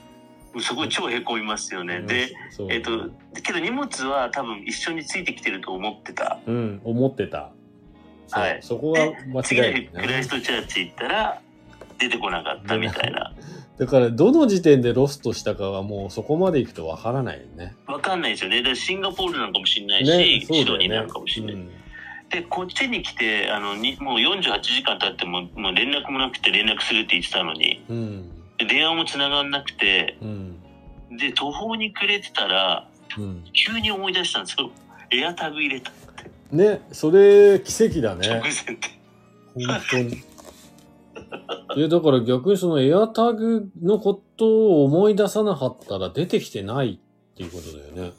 S2: そこ超へこみますよね。で、、
S1: そう
S2: えっと、けど荷物は多分一緒についてきてると思ってた。
S1: うん、思ってた。そう
S2: はい
S1: そこは間
S2: 次の
S1: 違
S2: 日
S1: いな
S2: ク
S1: い
S2: ラ
S1: ね
S2: イス。トチャーチ行ったら出てこなかったみたいな
S1: だから、どの時点でロストしたかはもうそこまで行くとわからないよね。
S2: わかんないですよねだからシンガポールなのかもしれないし、
S1: ね、
S2: シ
S1: だ
S2: ド
S1: よ
S2: ニーなのかもしれない、
S1: うん
S2: でこっちに来てあのにもう48時間経ってももう連絡もなくて連絡するって言ってたのに
S1: うん。
S2: で電話も繋がんなくて
S1: うん。
S2: で途方に暮れてたら
S1: うん。
S2: 急に思い出したんですよエアタグ入れた
S1: ね、それ、奇跡だ
S2: 直
S1: ね。
S2: 前で、
S1: 本当に。 え、だから逆にそのエアタグのことを思い出さなかったら出てきてないっていうことだよね。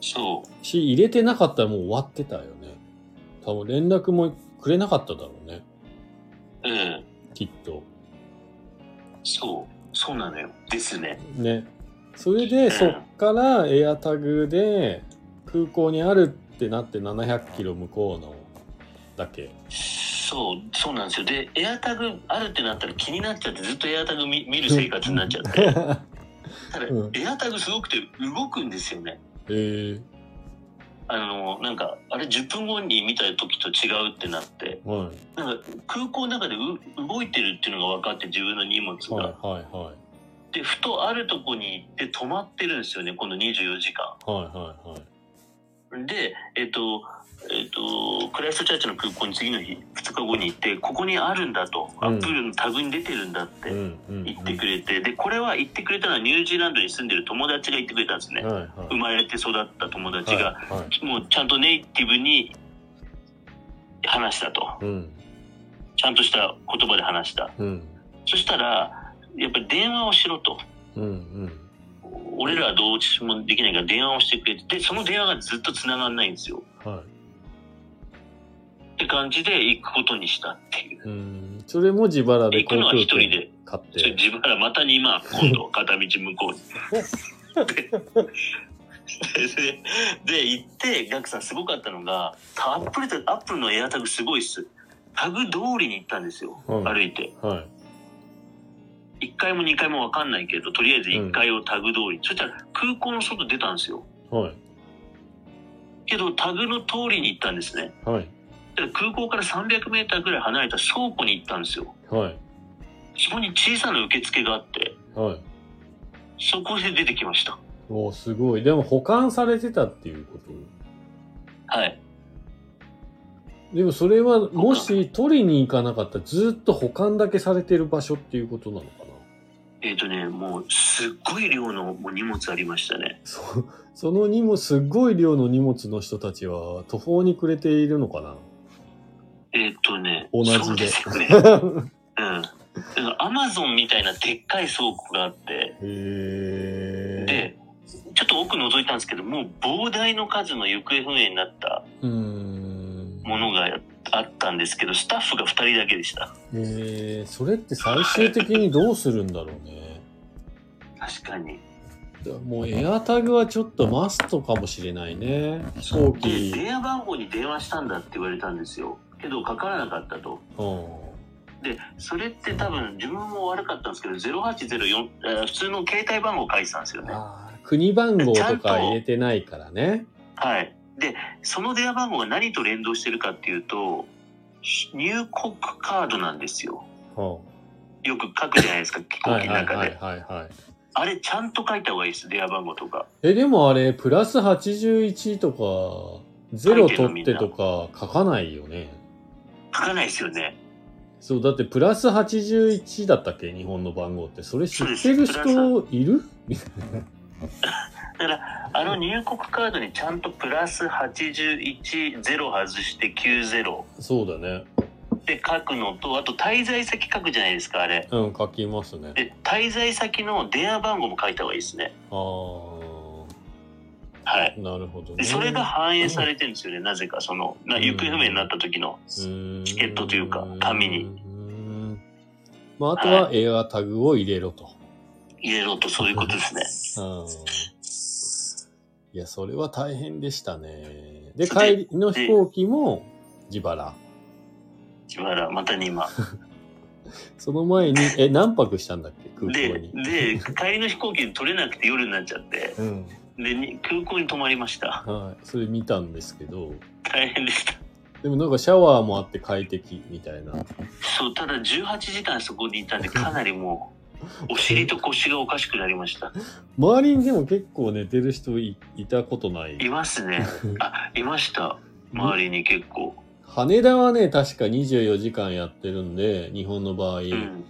S2: そ
S1: し、入れてなかったらもう終わってたよね。多分連絡もくれなかっただろうね。
S2: ううん
S1: きっと。
S2: そうそうなのよですね
S1: ね。それで、そっからエアタグで空港にあるってなって700キロ向こうのだ け。
S2: そうそうなんですよでエアタグあるってなったら気になっちゃってずっとエアタグ見見る生活になっちゃってただ、
S1: うん
S2: エアタグすごくて動くんですよね
S1: えー、
S2: あのなんかあれ10分後に見た時と違うってなって
S1: はい。
S2: なんか空港の中でう動いてるっていうのが分かって自分の荷物が、
S1: はいはいはい。
S2: でふとあるとこに行って止まってるんですよね今度24時間
S1: はいはいはい。
S2: でえっとえっと、クライストチャーチの空港に次の日2日後に行ってここにあるんだと、
S1: うん
S2: アップルのタグに出てるんだって、
S1: うんうん
S2: 言ってくれてでこれは言ってくれたのはニュージーランドに住んでる友達が言ってくれたんですね
S1: はいはい。
S2: 生まれて育った友達が
S1: はいはい
S2: もうちゃんとネイティブに話したと
S1: うん
S2: ちゃんとした言葉で話した
S1: うん
S2: そしたらやっぱり電話をしろと
S1: うんうん
S2: 俺らはどうしもできないから電話をしてくれてでその電話がずっと繋がんないんですよ
S1: は
S2: って感じで行くことにしたっていう
S1: いうんそれも自腹で
S2: 行くのは一人で
S1: 買っ
S2: ちょ
S1: て
S2: 自腹またにまあ今度片道向こうに。ででで行ってガクさんすごかったのがアップルとアップルのエアタグすごいっすタグ通りに行ったんですよ
S1: うん
S2: 歩いて
S1: はい
S2: 1回も2回も分かんないけどとりあえず1回をタグ通り、そしたら空港の外出たんですよ
S1: はい
S2: けどタグの通りに行ったんですね
S1: はい
S2: だから空港から 300m ぐらい離れた倉庫に行ったんですよ
S1: はい
S2: そこに小さな受付があって
S1: はい
S2: そこで出てきました
S1: おーすごいでも保管されてたっていうこと
S2: はい
S1: でもそれはもし取りに行かなかったらずっと保管だけされてる場所っていうことなのかな
S2: えっ、とねもうすっごい量のもう荷物ありましたね
S1: そその荷物すごい量の荷物の人たちは途方に暮れているのかな
S2: えっ、とね
S1: 同じで
S2: そうです よねうん、アマゾンみたいなでっかい倉庫があって、
S1: へえ
S2: でちょっと奥覗いたんですけどもう膨大の数の行方不明になった
S1: うーん
S2: ものがあったんですけどスタッフが2人だけでした
S1: えー、それって最終的にどうするんだろうね。
S2: 確かに
S1: もうエアタグはちょっとマストかもしれないね。飛行
S2: で
S1: 機。
S2: 電話番号に電話したんだって言われたんですよけどかからなかったと
S1: うん。
S2: でそれって多分自分も悪かったんですけど0804、えー普通の携帯番号書いてたんですよね
S1: あー国番号とか入れてないからね。
S2: はい。で、その電話番号が何と連動してるかっていうと、入国カードなんですよ。
S1: は
S2: よく書くじゃないですか、飛行
S1: は
S2: 機
S1: い
S2: の
S1: はい
S2: 中
S1: はい
S2: で。
S1: はいはい。
S2: あれ、ちゃんと書いた方がいいです、電話番号とか。
S1: え、でもあれ、プラス81とか、0取ってとか書かないよね。
S2: 書かないですよね。
S1: そう、だってプラス81だったっけ日本の番号って。それ知ってる人いる
S2: あの入国カードにちゃんとプラス81、0外して90
S1: そうだね。
S2: って書くのと、あと滞在先書くじゃないですか、あれ。
S1: うん、書きますね。
S2: で、滞在先の電話番号も書いた方がいいですね。
S1: あー、
S2: はい。
S1: なるほどね。
S2: でそれが反映されてるんですよね、なぜか、その、な行方不明になった時の。
S1: チ
S2: チケットというか紙に。
S1: まあ、あとは映画タグを入れろと。
S2: 入れろとそういうことですね。
S1: うんいや、それは大変でしたね。で、帰りの飛行機も自腹。
S2: 自腹、またに今。
S1: その前に、え、何泊したんだっけ空港
S2: で
S1: に、。
S2: で、帰りの飛行機取れなくて夜になっちゃって、
S1: うん。
S2: で、に空港に泊まりました。
S1: はい。それ見たんですけど、
S2: 大変でした。
S1: でもなんかシャワーもあって快適みたいな。
S2: そう、ただ18時間そこにいたんで、かなりもう、お尻と腰がおかしくなりました。
S1: 周りにでも結構寝てる人いいたことない。
S2: いますね。あ、いました。周りに結構。
S1: 羽田はね、確か24時間やってるんで、日本の場合。
S2: うん。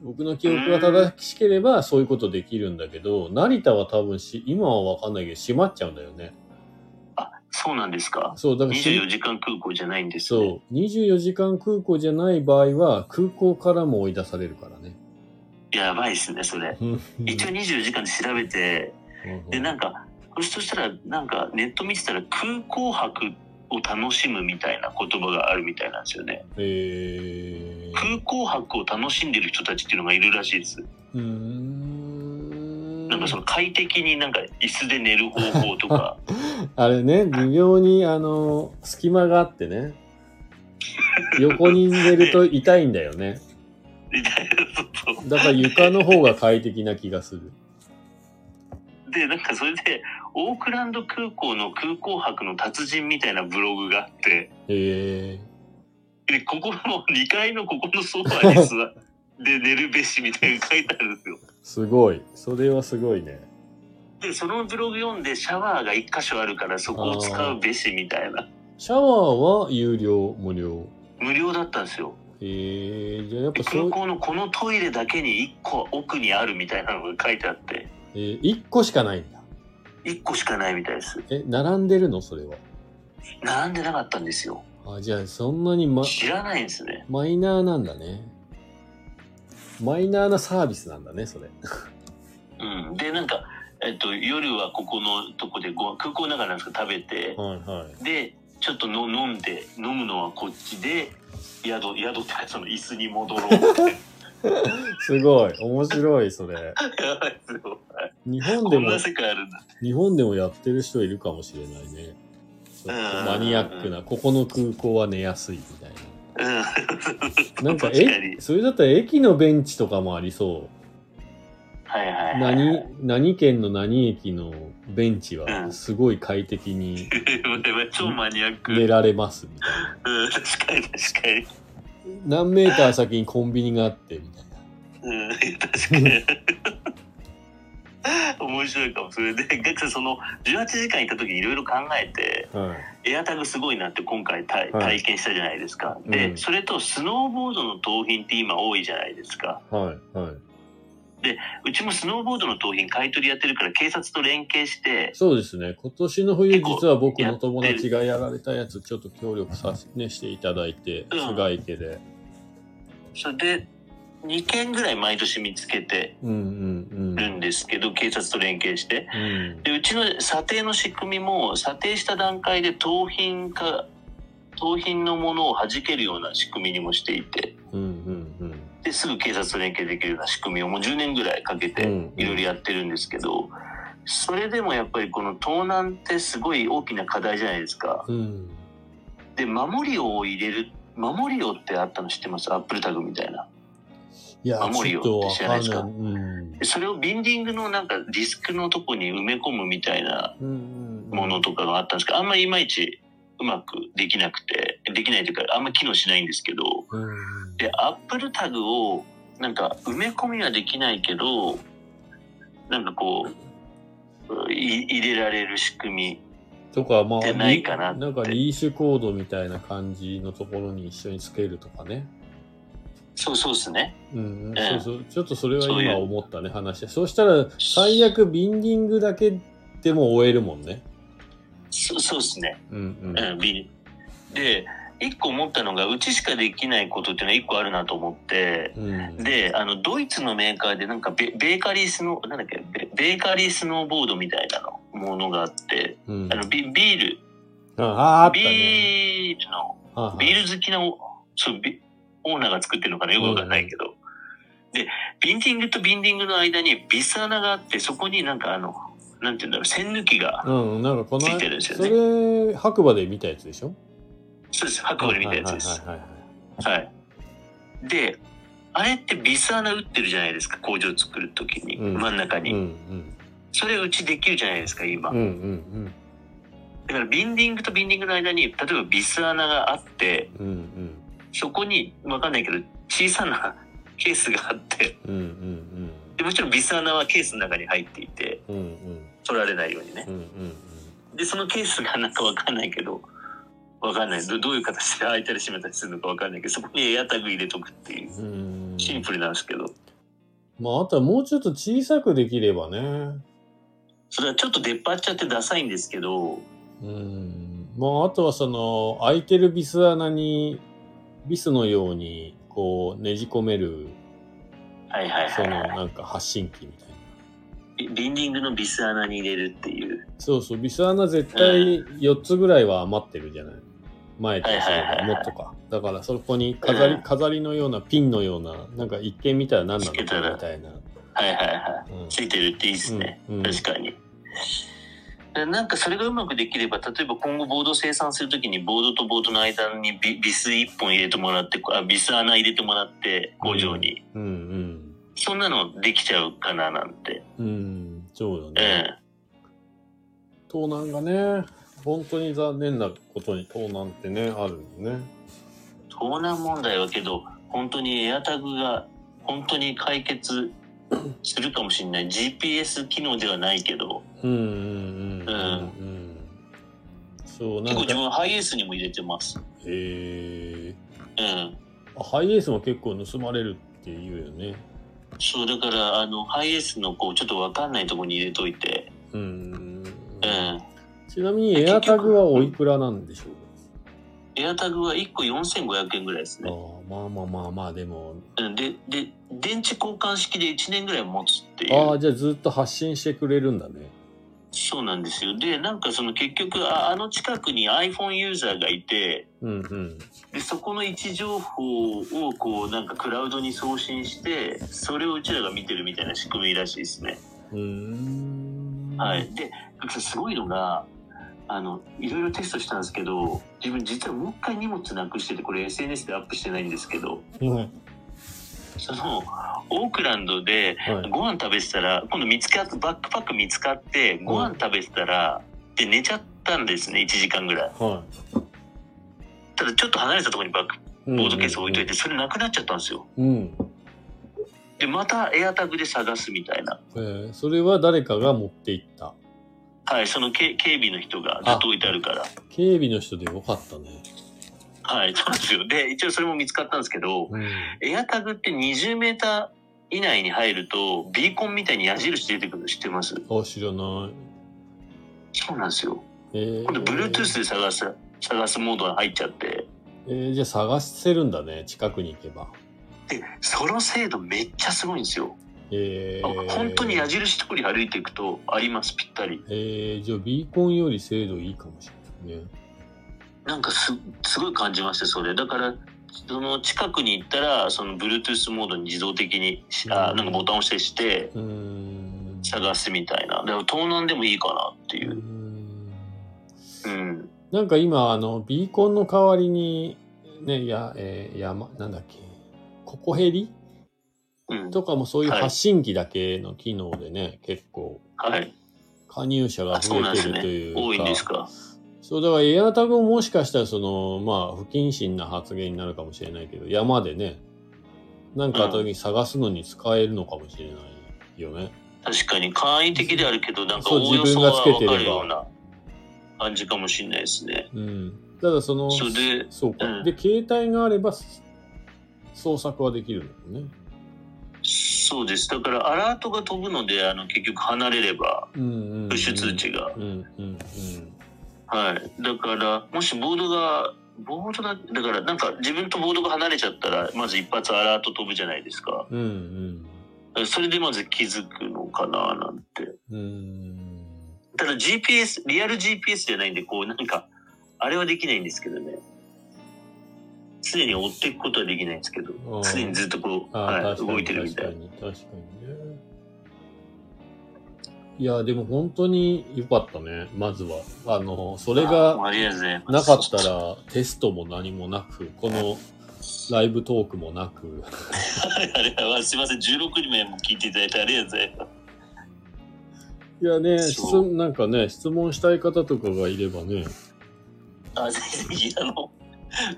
S1: 僕の記憶が正しければそういうことできるんだけど、成田は多分し、今はわかんないけど閉まっちゃうんだよね。
S2: あ、そうなんですか。
S1: そう、だからし
S2: 24時間空港じゃないんです、ね。
S1: そう、24時間空港じゃない場合は空港からも追い出されるからね。
S2: やばいですね、それ。一応24時間で調べて、で、なんか、そしたら、なんか、ネット見てたら、空港泊を楽しむみたいな言葉があるみたいなんですよね。
S1: えー、
S2: 空港泊を楽しんでる人たちっていうのがいるらしいです。
S1: うーん
S2: なんか、その快適になんか、椅子で寝る方法とか、
S1: あれね、微妙にあの、隙間があってね、横に寝る と痛いんだよね。
S2: みたいなこと
S1: だから床の方が快適な気がする。
S2: で、なんかそれで、オークランド空港の空港泊の達人みたいなブログがあって、
S1: え
S2: で、ここの2階のここのソファーに座って、で、寝るべしみたいなの書いてあるんですよ。
S1: ー、すごい。それはすごいね。
S2: で、そのブログ読んで、シャワーが1箇所あるから、そこを使うべしみたいな。
S1: シャワーは有料、無料。
S2: 無料だったんですよ。
S1: えー、じゃあやっ
S2: で
S1: ぱ
S2: 空
S1: そう、
S2: 港のこのトイレだけに1個奥にあるみたいなのが書いてあって、
S1: えー、1個しかないんだ。
S2: 1個しかないみたいです。
S1: え、並んでるのそれは。
S2: 並んでなかったんですよ。
S1: あ、じゃあそんなにま、
S2: 知らないんですね。
S1: マイナーなんだね。マイナーなサービスなんだね、それ。
S2: うん。で、なんか、えっと、夜はここのとこでご、空港の中なんですか食べて、
S1: はいはい。
S2: でちょっとの飲んで飲むのはこっちで宿宿っていうかその椅子に 戻ろう
S1: すごい。面白い、それ。
S2: やばいですよ
S1: 日本で
S2: こん
S1: も
S2: な、世界あるんだ
S1: 日本でもやってる人いるかもしれないね。ちょっとマニアックな、ここの空港は寝やすいみたいな。
S2: う
S1: なん
S2: ん
S1: か、
S2: 確か
S1: え
S2: に、
S1: それだったら駅のベンチとかもありそう。
S2: はいはいはい
S1: 何何県の何駅のベンチ
S2: う
S1: は
S2: ん
S1: すごい快適 に
S2: やばい超マニアック、
S1: 寝られますみたいな
S2: うん、確かに確かに、
S1: 何メーター先にコンビニがあってみたいな
S2: うん、確かに面白いかもそれでガクさんその18時間いた時いろいろ考えて
S1: はい、
S2: エアタグすごいなって今回体,、
S1: はい
S2: 体験したじゃないですかで、
S1: うん
S2: それとスノーボードの盗品って今多いじゃないですか
S1: はい、はい。
S2: うちもスノーボードの盗品買い取りやってるから警察と連携して
S1: そうですね。今年の冬、
S2: 結構
S1: 実は僕の友達がやられたやつ、ちょっと協力させ、ね、していただいて、
S2: うん
S1: 菅池で。
S2: それで2件ぐらい毎年見つけて
S1: うんうん
S2: るんですけど警察と連携して
S1: うん。うん。
S2: でうちの査定の仕組みも査定した段階で盗品か盗品のものを弾けるような仕組みにもしていて
S1: うんうんうん。
S2: ですぐ警察と連携できるような仕組みをもう10年ぐらいかけ
S1: う
S2: て
S1: ん
S2: いろいろやってるんですけどそれでもやっぱりこの盗難ってすごい大きな課題じゃないですか。
S1: うん。
S2: で守りを入れる守りをってあったの知ってますアップルタグみたいない
S1: や、
S2: 守
S1: ち
S2: り
S1: ょ
S2: を
S1: っとわかん
S2: 知
S1: ない
S2: ら。
S1: う。
S2: なんでそれをビンディングのなんかディスクのとこに埋め込むみたいな
S1: うんうんうん
S2: ものとかがあったんですけどあんまりいまいちうまくできなくてできないというかあんま機能しないんですけど
S1: うん
S2: でアップルタグをなんか埋め込みはできないけど、なんかこう、い入れられる仕組み。
S1: とか、まあ、
S2: でないかなって
S1: んかリーシュコードみたいな感じのところに一緒につけるとかね。
S2: そうそうですね。
S1: うん、うん、
S2: ええ
S1: そうそう。ちょっとそれは
S2: そうい
S1: 今
S2: う
S1: 思ったね、話して。そうしたら、最悪ビンディングだけでも終えるもんね。
S2: そそうですね。
S1: うんうん。
S2: うん、B。で、一個思ったのが、うちしかできないことっていうのは一個あるなと思って、
S1: うん、
S2: で、あの、ドイツのメーカーで、なんかベ、ベーカリースノー、なんだっけ、ベベーカリースノーボードみたいなの、ものがあって、
S1: うん
S2: あの、ビビール、
S1: ああ、あったね。
S2: ビールの、
S1: は
S2: ビール好きなおそうビオーナーが作ってるのかなよくわかんないけど。で、ビンディングとビンディングの間にビス穴があって、そこになんかあの、なんていうんだろう、栓抜きが、
S1: いはいうん、なんかこの
S2: ついてるんですよ
S1: そ
S2: ね
S1: れ、白馬で見たやつでしょ
S2: そうです、白馬で見たやつです。
S1: はいはいはい
S2: はい。で、あれってビス穴打ってるじゃないですか、工場作るときに、
S1: うん
S2: 真ん中
S1: はい。
S2: に。
S1: うんうん。
S2: それうちできるじゃないですか、今。
S1: うんうん
S2: だからビンディングとビンディングの間に、例えばビス穴があって、
S1: うん。うん
S2: そこに、わかんないけど、小さなケースがあって、
S1: うん。うんうん
S2: でもちろんビス穴はケースの中に入っていて、
S1: うん。うんうん。
S2: 取られないようにね
S1: うんうん
S2: でそのケースがなんかわかんないけどわかんないどどういう形で開いたり閉めたりするのかわかんないけどそこにエアタグ入れとくっていう
S1: うん。うん
S2: シンプルなんですけど
S1: まあ、あとはもうちょっと小さくできればね。
S2: それはちょっと出っ張っちゃってダサいんですけど
S1: うん。まあ、あとはその、空いてるビス穴に、ビスのように、こう、ねじ込める、
S2: はいはい
S1: そ
S2: は
S1: の、
S2: いはい
S1: なんか発信機みたいな。
S2: ビビンディングのビス穴に入れるっていう
S1: そうそう、ビス穴絶対4つぐらいは余ってるじゃない。前と
S2: はいはいはいはい
S1: もっとか。だからそこに飾り、
S2: うん
S1: 飾りのようなピンのような、なんか一見見たら何なの
S2: つけた
S1: からみたいな。
S2: はいはいは
S1: うん
S2: いついてるっていいですね、
S1: うんうん
S2: 確かにでなんかそれがうまくできれば例えば今後ボード生産するときにボードとボードの間にビビス1本入れてもらってあビス穴入れてもらって工場に、
S1: うん
S2: そんなのできちゃうかななんて。
S1: うん。うん、そうだね。
S2: え
S1: 盗難がね、本当に残念なことに盗難ってね、あるんだね。
S2: え盗難問題はけど、本当にエアタグが本当に解決するかもしれない。GPS 機能ではないけど、
S1: うんうんうんうんうん。そう、な
S2: 結
S1: ん
S2: 構自
S1: か、
S2: 分ハイエースにも入れてます。
S1: へえ。
S2: うん。
S1: あハイエースも結構盗まれるっていうよね。
S2: そう、だから、あの、ハイエースのこう、ちょっとわかんないところに入れといて、
S1: うんうん
S2: う
S1: うん。
S2: ん。
S1: ちなみにエアタグはおいくらなんでしょう
S2: エアタグは1個4500円ぐらいです
S1: あ
S2: ね。
S1: ーまあまあまあまあでも
S2: うん。で、で、電池交換式で1年ぐらい持つっていう。
S1: ああじゃあずっと発信してくれるんだね
S2: そうなんですよ。で、なんかその結局、ああの近くに iPhone ユーザーがいて、
S1: うんうん
S2: で、そこの位置情報をこう、なんかクラウドに送信して、それをうちらが見てるみたいな仕組みらしいですね。
S1: うーん
S2: はい。で、なんかすごいのが、あの、いろいろテストしたんですけど、自分実はもう一回荷物なくしてて、これ SNS でアップしてないんですけど、
S1: うんはい
S2: その、オークランドでご飯食べてたら、今度見つかって、バックパック見つかって、ご飯食べてたら、で、寝ちゃったんですね、1時間ぐらい。
S1: は
S2: ただちょっと離れたところにバック
S1: い
S2: ボードケース置いといてそれなくなっちゃったんですよ
S1: うん
S2: でまたエアタグで探すみたいな
S1: えーそれは誰かが持っていった
S2: はいそのけ警備の人がずっと置いてあるから
S1: 警備の人でよかったね
S2: はいそうなんですよで一応それも見つかったんですけど
S1: うん
S2: エアタグって20メーター以内に入るとビーコンみたいに矢印出てくるの知ってます
S1: あ知らない
S2: そうなんですよ
S1: えー
S2: 今度 Bluetooth で探す探すモードが入っちゃって
S1: えーじゃあ探せるんだね近くに行けば
S2: でその精度めっちゃすごいんですよ、
S1: え
S2: あ
S1: ー、
S2: 本当に矢印通り歩いていくとありますぴったり
S1: えー、じゃあビーコンより精度いいかもしれないね
S2: なんかすすごい感じましたそれだからその近くに行ったらその Bluetooth モードに自動的にしあ
S1: うん
S2: なんかボタンを押してして
S1: うーん
S2: 探すみたいなだから盗難でもいいかなっていう
S1: ー
S2: う、
S1: ん
S2: うん、
S1: なんか今、あの、ビーコンの代わりに、ね、や、えー山、なんだっけ、ココヘリ
S2: うん、
S1: とかもそういう
S2: はい
S1: 発信機だけの機能でね、結構、
S2: はい
S1: 加入者が
S2: あそう
S1: 増
S2: な
S1: え
S2: んで
S1: て
S2: す
S1: るという
S2: ね
S1: か。
S2: 多いんですか
S1: そう、だからエアタグももしかしたら、その、まあ、不謹慎な発言になるかもしれないけど、山でね、なんかあった時に探すのに使えるのかもしれないよね。
S2: 確かに簡易的であるけど、なんか
S1: そう
S2: おおよそは
S1: 自分がつけ
S2: 分
S1: て
S2: か
S1: れ
S2: る
S1: ば
S2: ような感じかもしれないですね。
S1: うん。ただその、
S2: それで
S1: そうか、
S2: うん
S1: で、携帯があれば、捜索はできるんだよね。
S2: そうです。だからアラートが飛ぶので、あの結局離れれば、
S1: うんうん、うん。
S2: プッシュ通。知が。
S1: うんうん
S2: はい。だから、もしボードが、ボードだ、だからなんか自分とボードが離れちゃったら、まず一発アラート飛ぶじゃないですか。
S1: うん。うん
S2: それでまず気づくのかななんて。
S1: うん。うん。
S2: ただ GPS、リアル GPS じゃないんで、こうなんか、あれはできないんですけどね。常に追っていくことはできないんですけど、
S1: あー
S2: 常にずっとこう、
S1: あー
S2: はい、
S1: 確か
S2: 動
S1: に
S2: いてるみたいな。
S1: 確かに確かにねいやでも本当に良かったねまずはあのそれ
S2: あもう
S1: が
S2: ありがとうございます。
S1: なかったらテストも何もなくこのライブトークもなく
S2: あれはすいません、16名も聞いていただいてありがとうございま
S1: いやね質
S2: そう
S1: なんかね質問したい方とかがいればね
S2: す。あ、ぜひぜひ、あの、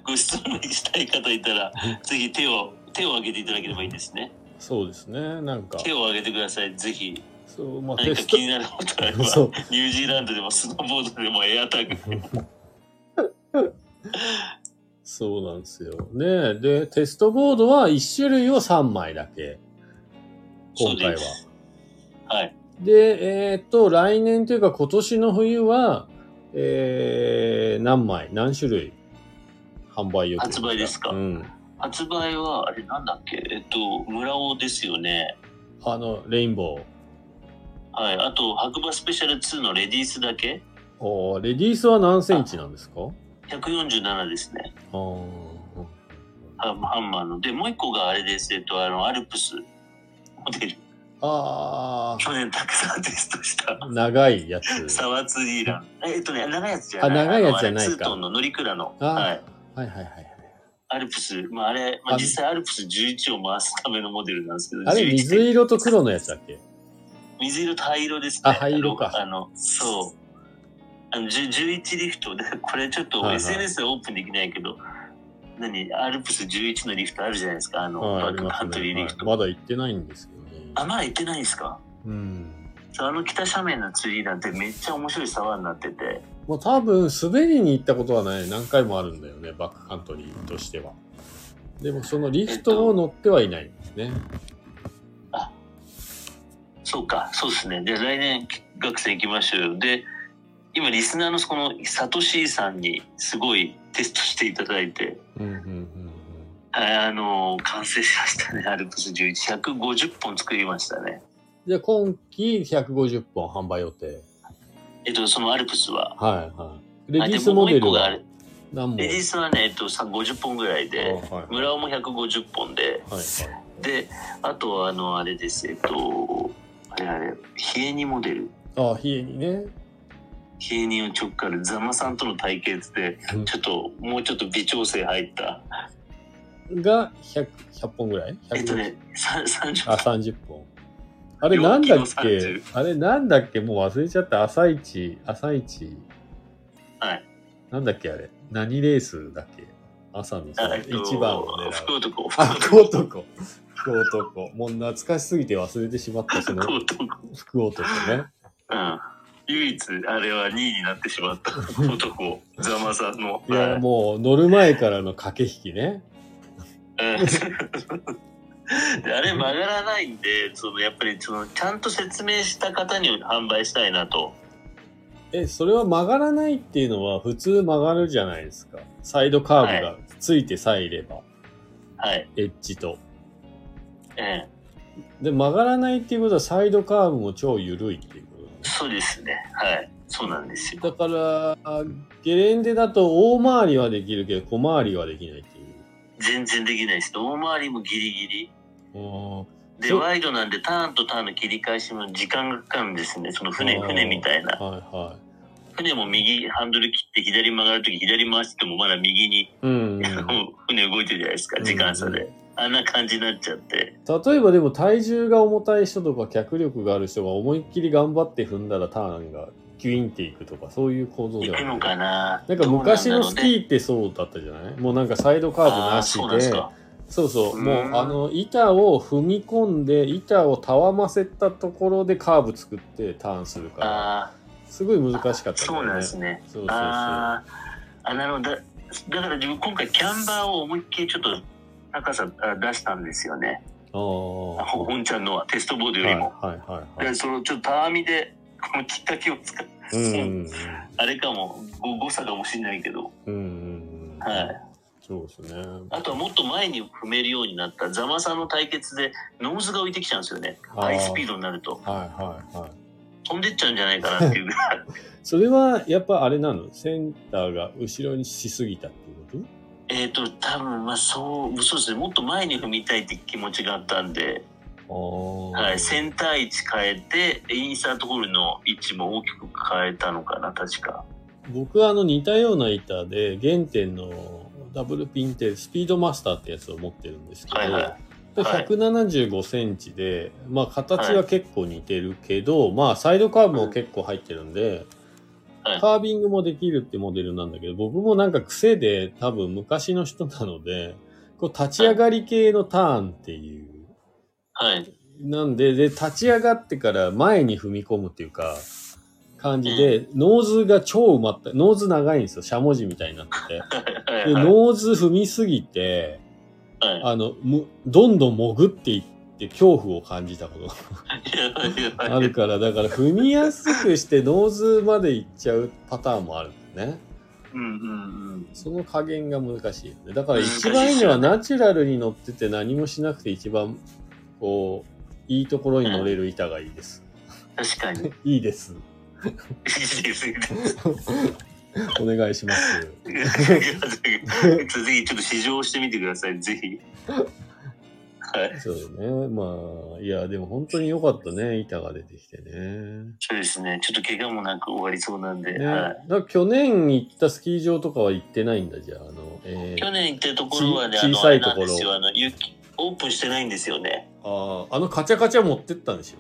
S2: ご質問したい方いた ら、ぜひ手を、手を挙げていただければいいですね。
S1: そうですねなんか
S2: 手を挙げてください。ぜひ、
S1: そうまあ
S2: 何
S1: テ
S2: か
S1: スト
S2: 気になることがあれば、
S1: そう
S2: ニュージーランドでもスノーボードでもエアタッグでも。
S1: そうなんですよねでテストボードは1種類を3枚だけ今回は
S2: そうですはい。
S1: で、えーっと、来年というか今年の冬は、えー、何枚、何種類販売予定
S2: 発売ですか
S1: うん。
S2: 発売は、あれなんだっけえっと、村尾ですよね。
S1: あの、レインボー。
S2: はい。あと、白馬スペシャル2のレディースだけ
S1: おーレディースは何センチなんですか
S2: 147ですね。
S1: あー
S2: ハンハンマーの。で、もう一個があれです。えっと、あの、アルプスモデル。
S1: あ
S2: 去年たくさんテストした。
S1: ー、長いやつ。
S2: サワツリーラン。えっとね、長いやつじゃない。
S1: あ長いやつじゃないか
S2: あのあれツートンの乗り倉の。
S1: あー、
S2: はい。
S1: はいはいはいはい。
S2: アルプス、まあ、あれ、まあ、
S1: あ
S2: 実際アルプス11を回すためのモデルなんですけど、
S1: あれ、
S2: 11
S1: 水色と黒のやつだっけ
S2: 水色と灰色ですね。
S1: あ灰色か
S2: あの、あのそう。あの、10 11リフト、でこれちょっ
S1: はいは
S2: と
S1: い
S2: SNS でオープンできないけど、何、アルプス11のリフトあるじゃないですか、あの、
S1: はい、あ
S2: バ
S1: り
S2: ック
S1: ま
S2: カ
S1: す
S2: ントリ
S1: ね。
S2: ーリ
S1: は
S2: フ
S1: い
S2: ト。
S1: まだ行ってないんですよね。
S2: あ、まだ行ってないんですか
S1: うん。
S2: そうあの北斜面のツリーなんてめっちゃ面白い沢になってて、
S1: もう多分滑りに行ったことはない何回もあるんだよねバックカントリーとしてはでもそのリフトを乗ってはいないんですね、
S2: そうか、そうですね。で、来年、学生行きましょうよ。で、今、リスナーのこの、サトシーさんに、すごいテストしていただいて、
S1: うんうんうん
S2: ああの、完成しましたね。アルプス11、150本作りましたね。
S1: うんで今季150本販売予定
S2: えっと、そのアルプスは。
S1: はいはいレデ
S2: あ
S1: ィ
S2: で
S1: ース
S2: も
S1: モ
S2: う一
S1: デル
S2: 個があ
S1: は
S2: る。
S1: 何本
S2: レディースはね、えっと、さ50本ぐらいで、
S1: あはい
S2: 村尾も150本で、
S1: はい
S2: で、あとは、あの、あれです、えっと、あれあれ、冷えにモデル。
S1: はいあ冷えにね
S2: 芸人を直下るザマさんとの対決で
S1: うん
S2: ちょっともうちょっと微調整入った
S1: が 100, 100本ぐらい
S2: えっと
S1: 150
S2: ねさ30
S1: あ
S2: 分
S1: 30本あれなんだっ
S2: 料
S1: け
S2: 金の30
S1: あれなんだっけもう忘れちゃった朝一朝一
S2: はい
S1: なんだっけあれ何レースだっけ朝のその一番を狙う。
S2: 福男福
S1: あ、
S2: 男
S1: 福男。福男。もう懐かしすぎて忘れてしまったその
S2: 福男
S1: 福男ね。
S2: うん唯一あれは2位になってしまった福男ザマさんの
S1: いや、
S2: はい
S1: もう乗る前からの駆け引きね。
S2: うん であれ曲がらないんでそのやっぱりそのちゃんと説明した方に販売したいなと
S1: え、それは曲がらないっていうのは普通曲がるじゃないですか。サイドカーブがついてさえいれば、
S2: はい
S1: エッジと。
S2: ええ
S1: で、曲がらないっていうことはサイドカーブも超緩いっていうことなんです
S2: そうですねはいそうなんですよ
S1: だから、ゲレンデだと大回りはできるけど、小回りはできないっていう。
S2: 全然できないです大回りもギリギリ
S1: うん
S2: で
S1: そう
S2: ワイドなんでターンとターンの切り返しも時間がかかるんですねその船
S1: あー
S2: 船みたいな
S1: はいはい。
S2: 船も右ハンドル切って左曲がるとき左回してもまだ右に、
S1: うんうん
S2: 船動いてるじゃないですか時間差で、あんな感じになっちゃって
S1: 例えばでも体重が重たい人とか脚力がある人が思いっきり頑張って踏んだらターンがキュインっていくとかそういう構造
S2: い
S1: では
S2: くの
S1: ない
S2: かな
S1: なんか昔のスキ
S2: どうなんだろうね
S1: ーってそうだったじゃないもうなんかサイドカーブな
S2: あー
S1: し
S2: そうなんです
S1: で
S2: か
S1: そうそう、
S2: うん
S1: もうあの板を踏み込んで板をたわませたところでカーブ作ってターンするから
S2: あ
S1: すごい
S2: あ
S1: 難しかった
S2: そうなんです
S1: ね
S2: ね
S1: そうそうそう
S2: あああなるほどだだから自分今回キャンバーを思いっきりちょっと高さあ出したんですよね
S1: あー
S2: あおんちゃんのはテストボードよ
S1: はい
S2: り
S1: はい
S2: も、
S1: はいは
S2: で
S1: い
S2: そのちょっとたわみでこのきっかけを使って、
S1: うん
S2: あれかもご誤差かもしれないけど
S1: うんうん
S2: はい
S1: そうですね
S2: あとはもっと前に踏めるようになったザマさんの対決でノーズが浮いてきちゃうんですよね
S1: あー
S2: ハイスピードになると
S1: はいはいはい
S2: 飛んでっちゃうんじゃないかなっていうぐ らい
S1: それはやっぱあれなのセンターが後ろにしすぎたっていうこ
S2: えっと多分まあそうそうですねもっと前に踏みたいって気持ちがあったんで、
S1: とああ
S2: はい、センター位置変えてインサートホールの位置も大きく変えたのかな確か
S1: 僕はあの似たような板で原点のダブルピンってスピードマスターってやつを持ってるんですけど、
S2: はいはい
S1: で
S2: はい
S1: 175センチで、まあ形は結構似てるけど、まあサイドカーブも結構入ってるんで、
S2: はい
S1: カービングもできるってモデルなんだけど、僕もなんか癖で多分昔の人なので、こう立ち上がり系のターンっていう、
S2: はい
S1: なんで、で、立ち上がってから前に踏み込むっていうか、感じで、ノーズが超埋まった、ノーズ長いんですよ、しゃもじみたいになってて。
S2: はい
S1: で、
S2: は
S1: ノ
S2: いはい
S1: ーズ踏みすぎて、
S2: はい
S1: あの、むどんどん潜っていって恐怖を感じたことが
S2: やばいやばい
S1: あるから、だから踏みやすくしてノーズまで行っちゃうパターンもあるんだよね。
S2: うんうんうん
S1: その加減が難しいよね。だから
S2: 難しい
S1: 一
S2: っ
S1: 番いい
S2: す
S1: の
S2: よ
S1: は
S2: ね
S1: ナチュラルに乗ってて何もしなくて一番、こう、いいところに乗れる板がいいです。
S2: 確か にい
S1: いいです。
S2: いですね
S1: お願いし ます。
S2: ぜひちょっと試乗してみてください、ぜひ。はい、
S1: そうね。まあ、いや、でも本当に良かったね。板が出てきてね。
S2: そうですね、ちょっと怪我もなく終わりそうなんで、
S1: ね。
S2: は
S1: だから去年行ったスキー場とかは行ってないんだ、じゃあ。あの、え
S2: い、去
S1: ー、
S2: 年行ったところはね、
S1: ち
S2: あの
S1: 小さいところ
S2: あれなんですよあの雪オープンしてないんですよね。
S1: あーあのカチャカチャ持ってったんでしょ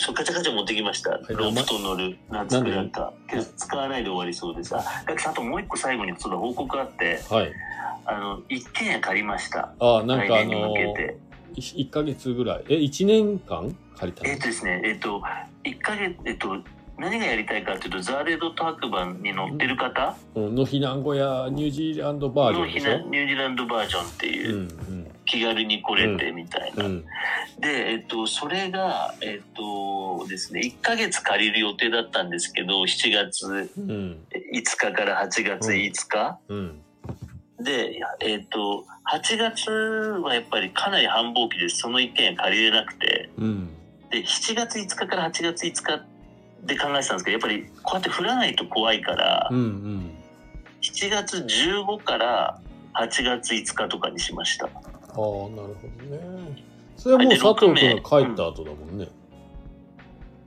S2: そうカチャカチャ持ってきました。
S1: い
S2: ロープと乗る、なんつ
S1: なんで
S2: なんか、けど使わないで終わりそうでさ。だけどあともう一個最後にその報告あって、
S1: はい。
S2: あの、一軒家借りました。
S1: ああ、なん
S2: 来
S1: かあ
S2: 年に向
S1: の
S2: けて。
S1: い1ヶ月ぐらい。え、1年間借りた
S2: えっとですね、えっと、一ヶ月、えっと、何がやりたいかというと、ザーレドット白馬に乗ってる方
S1: の、うん、の避難小屋、ニュージーランドバージョ
S2: の
S1: ンで
S2: 避
S1: しょ
S2: 難ニュージーランドバージョンって
S1: う
S2: い
S1: ん
S2: う、気軽に来れてみたい
S1: うん
S2: な。
S1: うん
S2: で、えっと、それが、えっとですね、1ヶ月借りる予定だったんですけど、7月
S1: うん
S2: 5日から8月5日。
S1: うん
S2: で、えっと、8月はやっぱりかなり繁忙期です。その1件借りれなくて。
S1: うん
S2: で、7月5日から8月5日で考えてたんですけど、やっぱりこうやって降らないと怖いから
S1: うんう、ん
S2: 7月15から8月5日とかにしました。
S1: ああなるほどねそれはもう佐藤君が帰った後だもんね、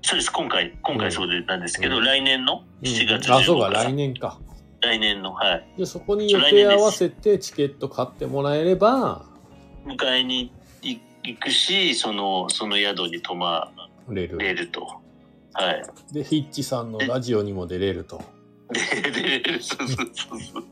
S2: そうです今回今回そうでなんですけど、
S1: うん
S2: 来年の7月
S1: うんあそう
S2: 15
S1: か
S2: から、
S1: 来年か
S2: 来年のはい
S1: でそこに予定合わせてチケット買ってもらえれば
S2: 迎えに行行くしそのその宿に泊ま
S1: 売れる
S2: れるとはい
S1: でヒッチさんのラジオにも出れると
S2: ででそうそうそうそう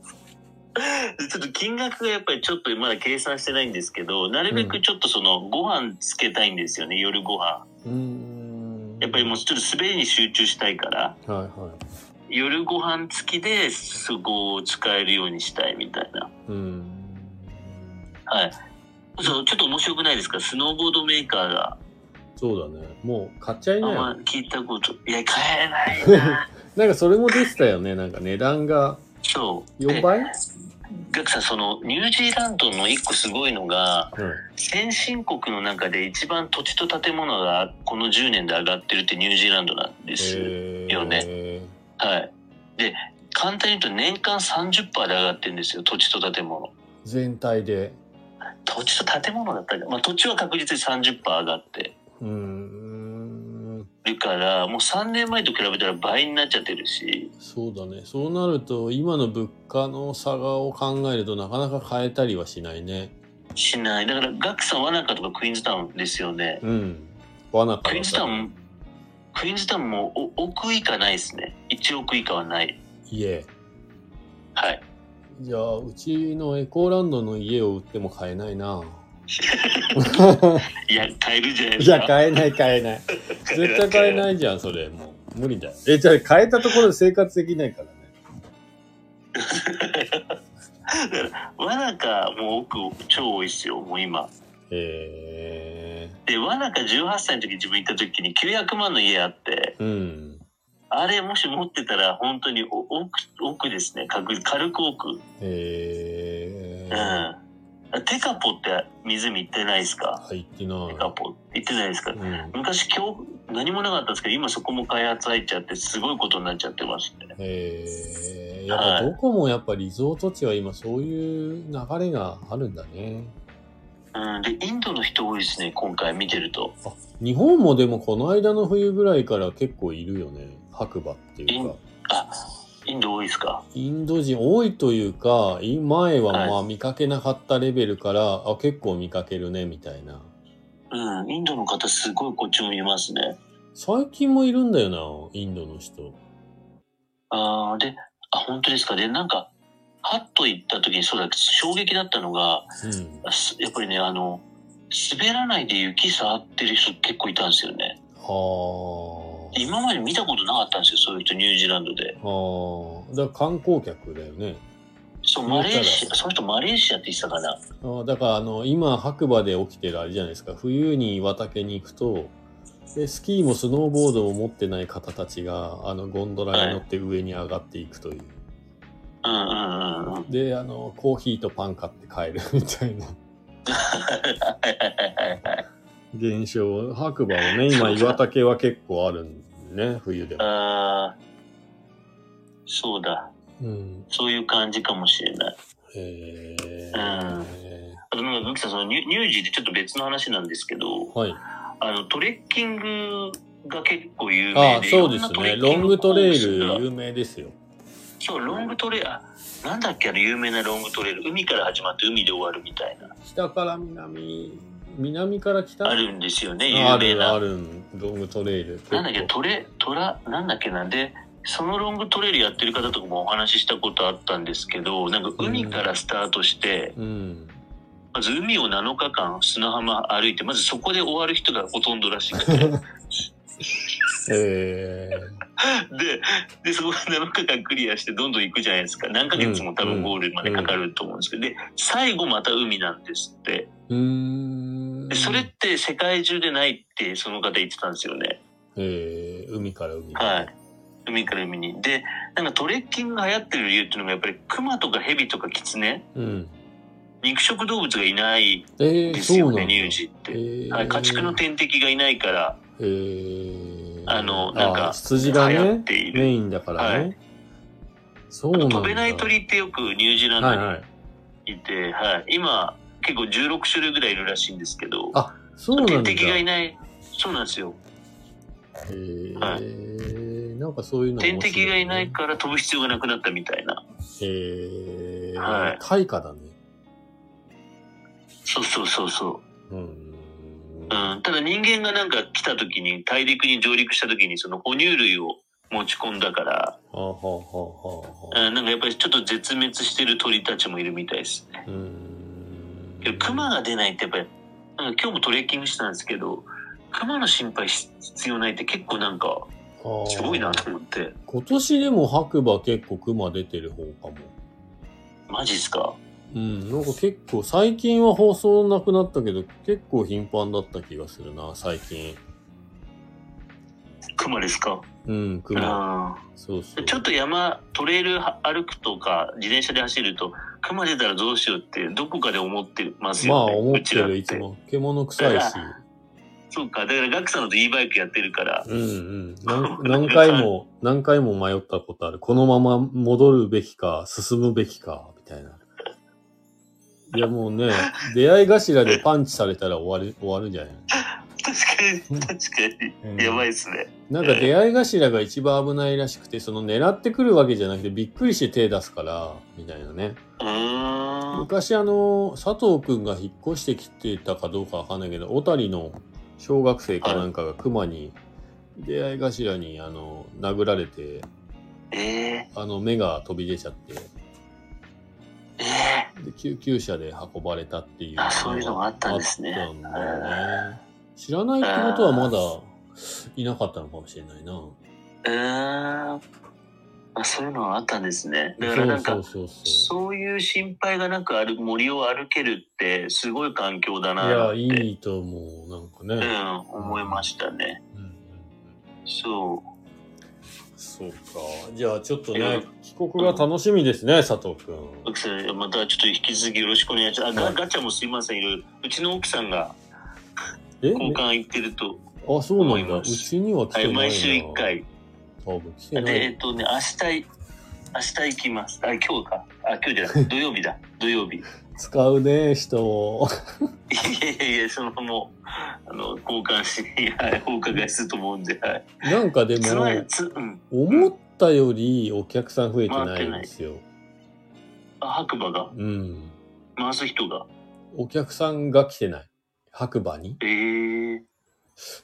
S2: でちょっと金額がやっぱりちょっとまだ計算してないんですけどなるべくちょっとそのご飯つけたいんですよね、夜ご飯
S1: うーん
S2: やっぱりもうちょっと滑りに集中したいから
S1: はいはい
S2: 夜ご飯付きでそこを使えるようにしたいみたいな
S1: うーん
S2: はい。そう、ちょっと面白くないですかスノーボードメーカーが。
S1: そうだねもう買っちゃ
S2: あ
S1: い
S2: ん
S1: なよ
S2: ま聞いたこと。いや、買えないな。
S1: なんかそれも出てたよねなんか値段が
S2: そう。
S1: 4
S2: で、
S1: 倍、はい、
S2: ガクさん、その、ニュージーランドの一個すごいのが、先進国の中で一番土地と建物がこの10年で上がってるってニュージーランドなんです。
S1: えー
S2: よねはい。で、簡単に言うと年間30%で上がってるんですよ、土地と建物。
S1: 全体で
S2: 土地と建物だったら、まあ土地は確実に30%上がって
S1: うーん
S2: るから、もう3年前と比べたら倍になっちゃってるし、
S1: そうだねそうなると今の物価の差がを考えるとなかなか変えたりはしないね
S2: しないだからガクさんはなんかとかクイーンズタウンですよね
S1: うん罠か
S2: クイーンズタウンクイーンズタウンもお億以下ないですね1億以下はない
S1: いえ
S2: はい
S1: じゃあ、うちのエコーランドの家を売っても買えないな。
S2: いや、買えるじゃないです
S1: じ
S2: か。
S1: ゃあ買えない買え ない。絶対買えないじゃん、それ。もう無理だよ。え、じゃあ買えたところで生活できないからね。
S2: わなかもう奥超多いっすよ、もう今。
S1: え
S2: で、わなか18歳の時自分行った時に900万の家あって、
S1: ー、うん。
S2: あれもし持ってたら本当にお奥、奥ですね。軽く軽く奥。うん。
S1: えー、
S2: テカポって湖行ってないですか
S1: 入ってな
S2: テカポ行ってないですか
S1: い。うん。
S2: 昔今日何もなかったんですけど、今そこも開発入っちゃってすごいことになっちゃってますね。
S1: えー、やっぱどこもやっぱリゾート地は今そういう流れがあるんだね。
S2: うん。で、インドの人多いですね、今回見てると。
S1: あ、日本もでもこの間の冬ぐらいから結構いるよね。白馬っていうか。
S2: あ、インド多いですか
S1: インド人多いというか、い前はまあ見かけなかったレベルから、あ、結構見かけるね、みたいな。
S2: うん、インドの方すごいこっちもいますね。
S1: 最近もいるんだよな、インドの人。
S2: あーで、あ、本当ですか。で、なんか、ハッと行った時にそうだ、衝撃だったのが、
S1: うん。
S2: すやっぱりね、あの、滑らないで雪触ってる人結構いたんですよね。
S1: はあ。
S2: 今まで見たことなかったんですよ、そういう人、ニュージーランドで。
S1: はあ。だから観光客だよね。
S2: そう、
S1: 見えた
S2: マ
S1: ら
S2: レーシア、その人マレーシアって言ってたかな。
S1: あだからあの、今白馬で起きてるあれじゃないですか。冬に岩岳に行くと、でスキーもスノーボードを持ってない方たちが、あの、ゴンドラに乗って上に上がっていくという。
S2: うんうんうんうん。
S1: で、あの、コーヒーとパン買って帰るみたいな。現象白馬 はね今岩竹は結構あるんでね冬でも、
S2: あーそうだ。
S1: うん、
S2: そういう感じかもしれない。
S1: へえ
S2: うんあと、なんか、ブキさん、そのニュニュージーでちょっと別の話なんですけど、
S1: はい
S2: あの、トレッキングが結構有
S1: あ
S2: 名
S1: あ
S2: で。
S1: そうです
S2: いろんな
S1: ね
S2: レッ
S1: ロ
S2: キ
S1: ン
S2: グ
S1: グトレイ
S2: コ
S1: ル
S2: ースが
S1: 有名ですよ
S2: そう、ロングトレイル、あなんだっけ、あの有名なロングトレイル。海から始まって海で終わるみたいな。
S1: 北から南南から北
S2: あるんですよね、
S1: あ
S2: 有名
S1: るあ
S2: な。
S1: るロングトレイル結構
S2: なんだっけ、トレ、トラ、なんだっけなんで、そのロングトレイルやってる方とかもお話ししたことあったんですけど、なんか海からスタートして、
S1: うん
S2: まず海を7日間砂浜歩いて、まずそこで終わる人がほとんどらしくて。
S1: えー
S2: で、で、そこから7日間クリアしてどんどん行くじゃないですか。何ヶ月も多分ゴールまでかかると思うんですけど、で、最後また海なんですって。
S1: うーん
S2: で、それって世界中でないってその方言ってたんですよね。
S1: えー海から海
S2: はい。海から海に。で、なんかトレッキングが流行ってる理由っていうのがやっぱりクマとかヘビとかキツネ、
S1: うん
S2: 肉食動物がいない
S1: え
S2: ん
S1: ー、
S2: です
S1: そう
S2: よ
S1: な
S2: ね、
S1: んだ
S2: ニュージーって。
S1: えー
S2: はい、家畜の天敵がいないから
S1: えー、
S2: あのなんか
S1: あ羊
S2: 流
S1: が
S2: 行
S1: ね
S2: っている。
S1: メインだからね。
S2: は
S1: そう
S2: あ
S1: な
S2: と
S1: んだ。
S2: 飛べない鳥ってよくニュージーランド
S1: は
S2: に
S1: いはい。
S2: いて、はい、今結構16種類ぐらいいるらしいんですけど
S1: あそうなんだ。
S2: 天敵がいないそうなんですよ
S1: えー
S2: は
S1: なんかそういうの面白ね
S2: 天敵がいない。から飛ぶ必要がなくなったみたいな
S1: えー、
S2: はい
S1: 開花だね。
S2: そうそうそうそうう、うんん、。ただ人間がなんか来た時に大陸に上陸した時にその哺乳類を持ち込んだから、
S1: あはははは。
S2: うん、なんかやっぱりちょっと絶滅してる鳥たちもいるみたいですね
S1: うん
S2: けどクマが出ないってやっぱりなんか今日もトレッキングしてたんですけどクマの心配し必要ないって結構なんかすごいな
S1: あー
S2: と思って
S1: 今年でも白馬結構クマ出てる方かも。
S2: マジっすか
S1: うん、なんか結構最近は放送なくなったけど結構頻繁だった気がするな最近
S2: クマですか
S1: うんク
S2: う
S1: マ
S2: ん
S1: そうそう
S2: ちょっと山、トレイルは歩くとか、自転車で走ると、熊出たらどうしようって、どこかで思ってます
S1: まあ
S2: よね。
S1: 思っ
S2: うち
S1: て
S2: ら
S1: るいつ。も獣臭いし
S2: そうか、だからガクさんのと E バイクやってるから、
S1: うんうん何何回も何回も迷ったことあるこのまま戻るべきか進むべきかみたいないやもう ね出会い頭でパンチされたら終わる終わるんじゃない、
S2: 確かに、確
S1: う
S2: か
S1: ん
S2: に、やばいですね。
S1: なんか出会い頭が一番危ないらしくてその狙ってくるわけじゃなくてびっくりして手出すからみたいなね
S2: うーん。
S1: 昔あの佐藤くんが引っ越してきてたかどうかわかんないけど小谷の小学生かなんかが熊に出会い頭にあの殴られて
S2: ええ
S1: あの目が飛び出ちゃってで救急車で運ばれたっていう
S2: あそういうのがあったんですね
S1: あったんだよね知らないってことはまだいなかったのかもしれないな。
S2: うーん。あ、そういうのがあったんですね。だからなんか、
S1: そうそうそうそう。
S2: そういう心配がなくある森を歩けるってすごい環境だ
S1: い
S2: な
S1: や、
S2: って
S1: いいと思う。なんか
S2: う
S1: ね。
S2: ん、思いましたね。
S1: うんうん
S2: そ
S1: そうか。じゃあ、ちょっと
S2: いや
S1: ね、帰国が楽しみですね、佐藤くん。
S2: う。奥さん、またちょっと引き続きよろしくお願いします。あガガチャもすいません、いろいろ。うちの奥さんが
S1: え
S2: 交換行ってると、
S1: あ、そうなん
S2: 思
S1: だ。
S2: いうます
S1: ちには来
S2: は
S1: てない
S2: い、
S1: な。
S2: 毎週1。回。
S1: 多分来て
S2: で、
S1: な
S2: えっ
S1: い。
S2: とね、明日い、明日行きます。あ、今日か。あ、今日じゃ ない。土曜日だ。土曜日。い
S1: 使うね、人を。
S2: やいやいや、そのもう、あの、交換し、はい、お伺いすると思うんで、はい。
S1: なんかで
S2: つまり
S1: も、、
S2: つ、うん。
S1: 思ったよりお客さん増えてないんですよ。
S2: あ、白馬が、
S1: うん。
S2: 回す人が。
S1: お客さんが来てない。白馬に
S2: ええ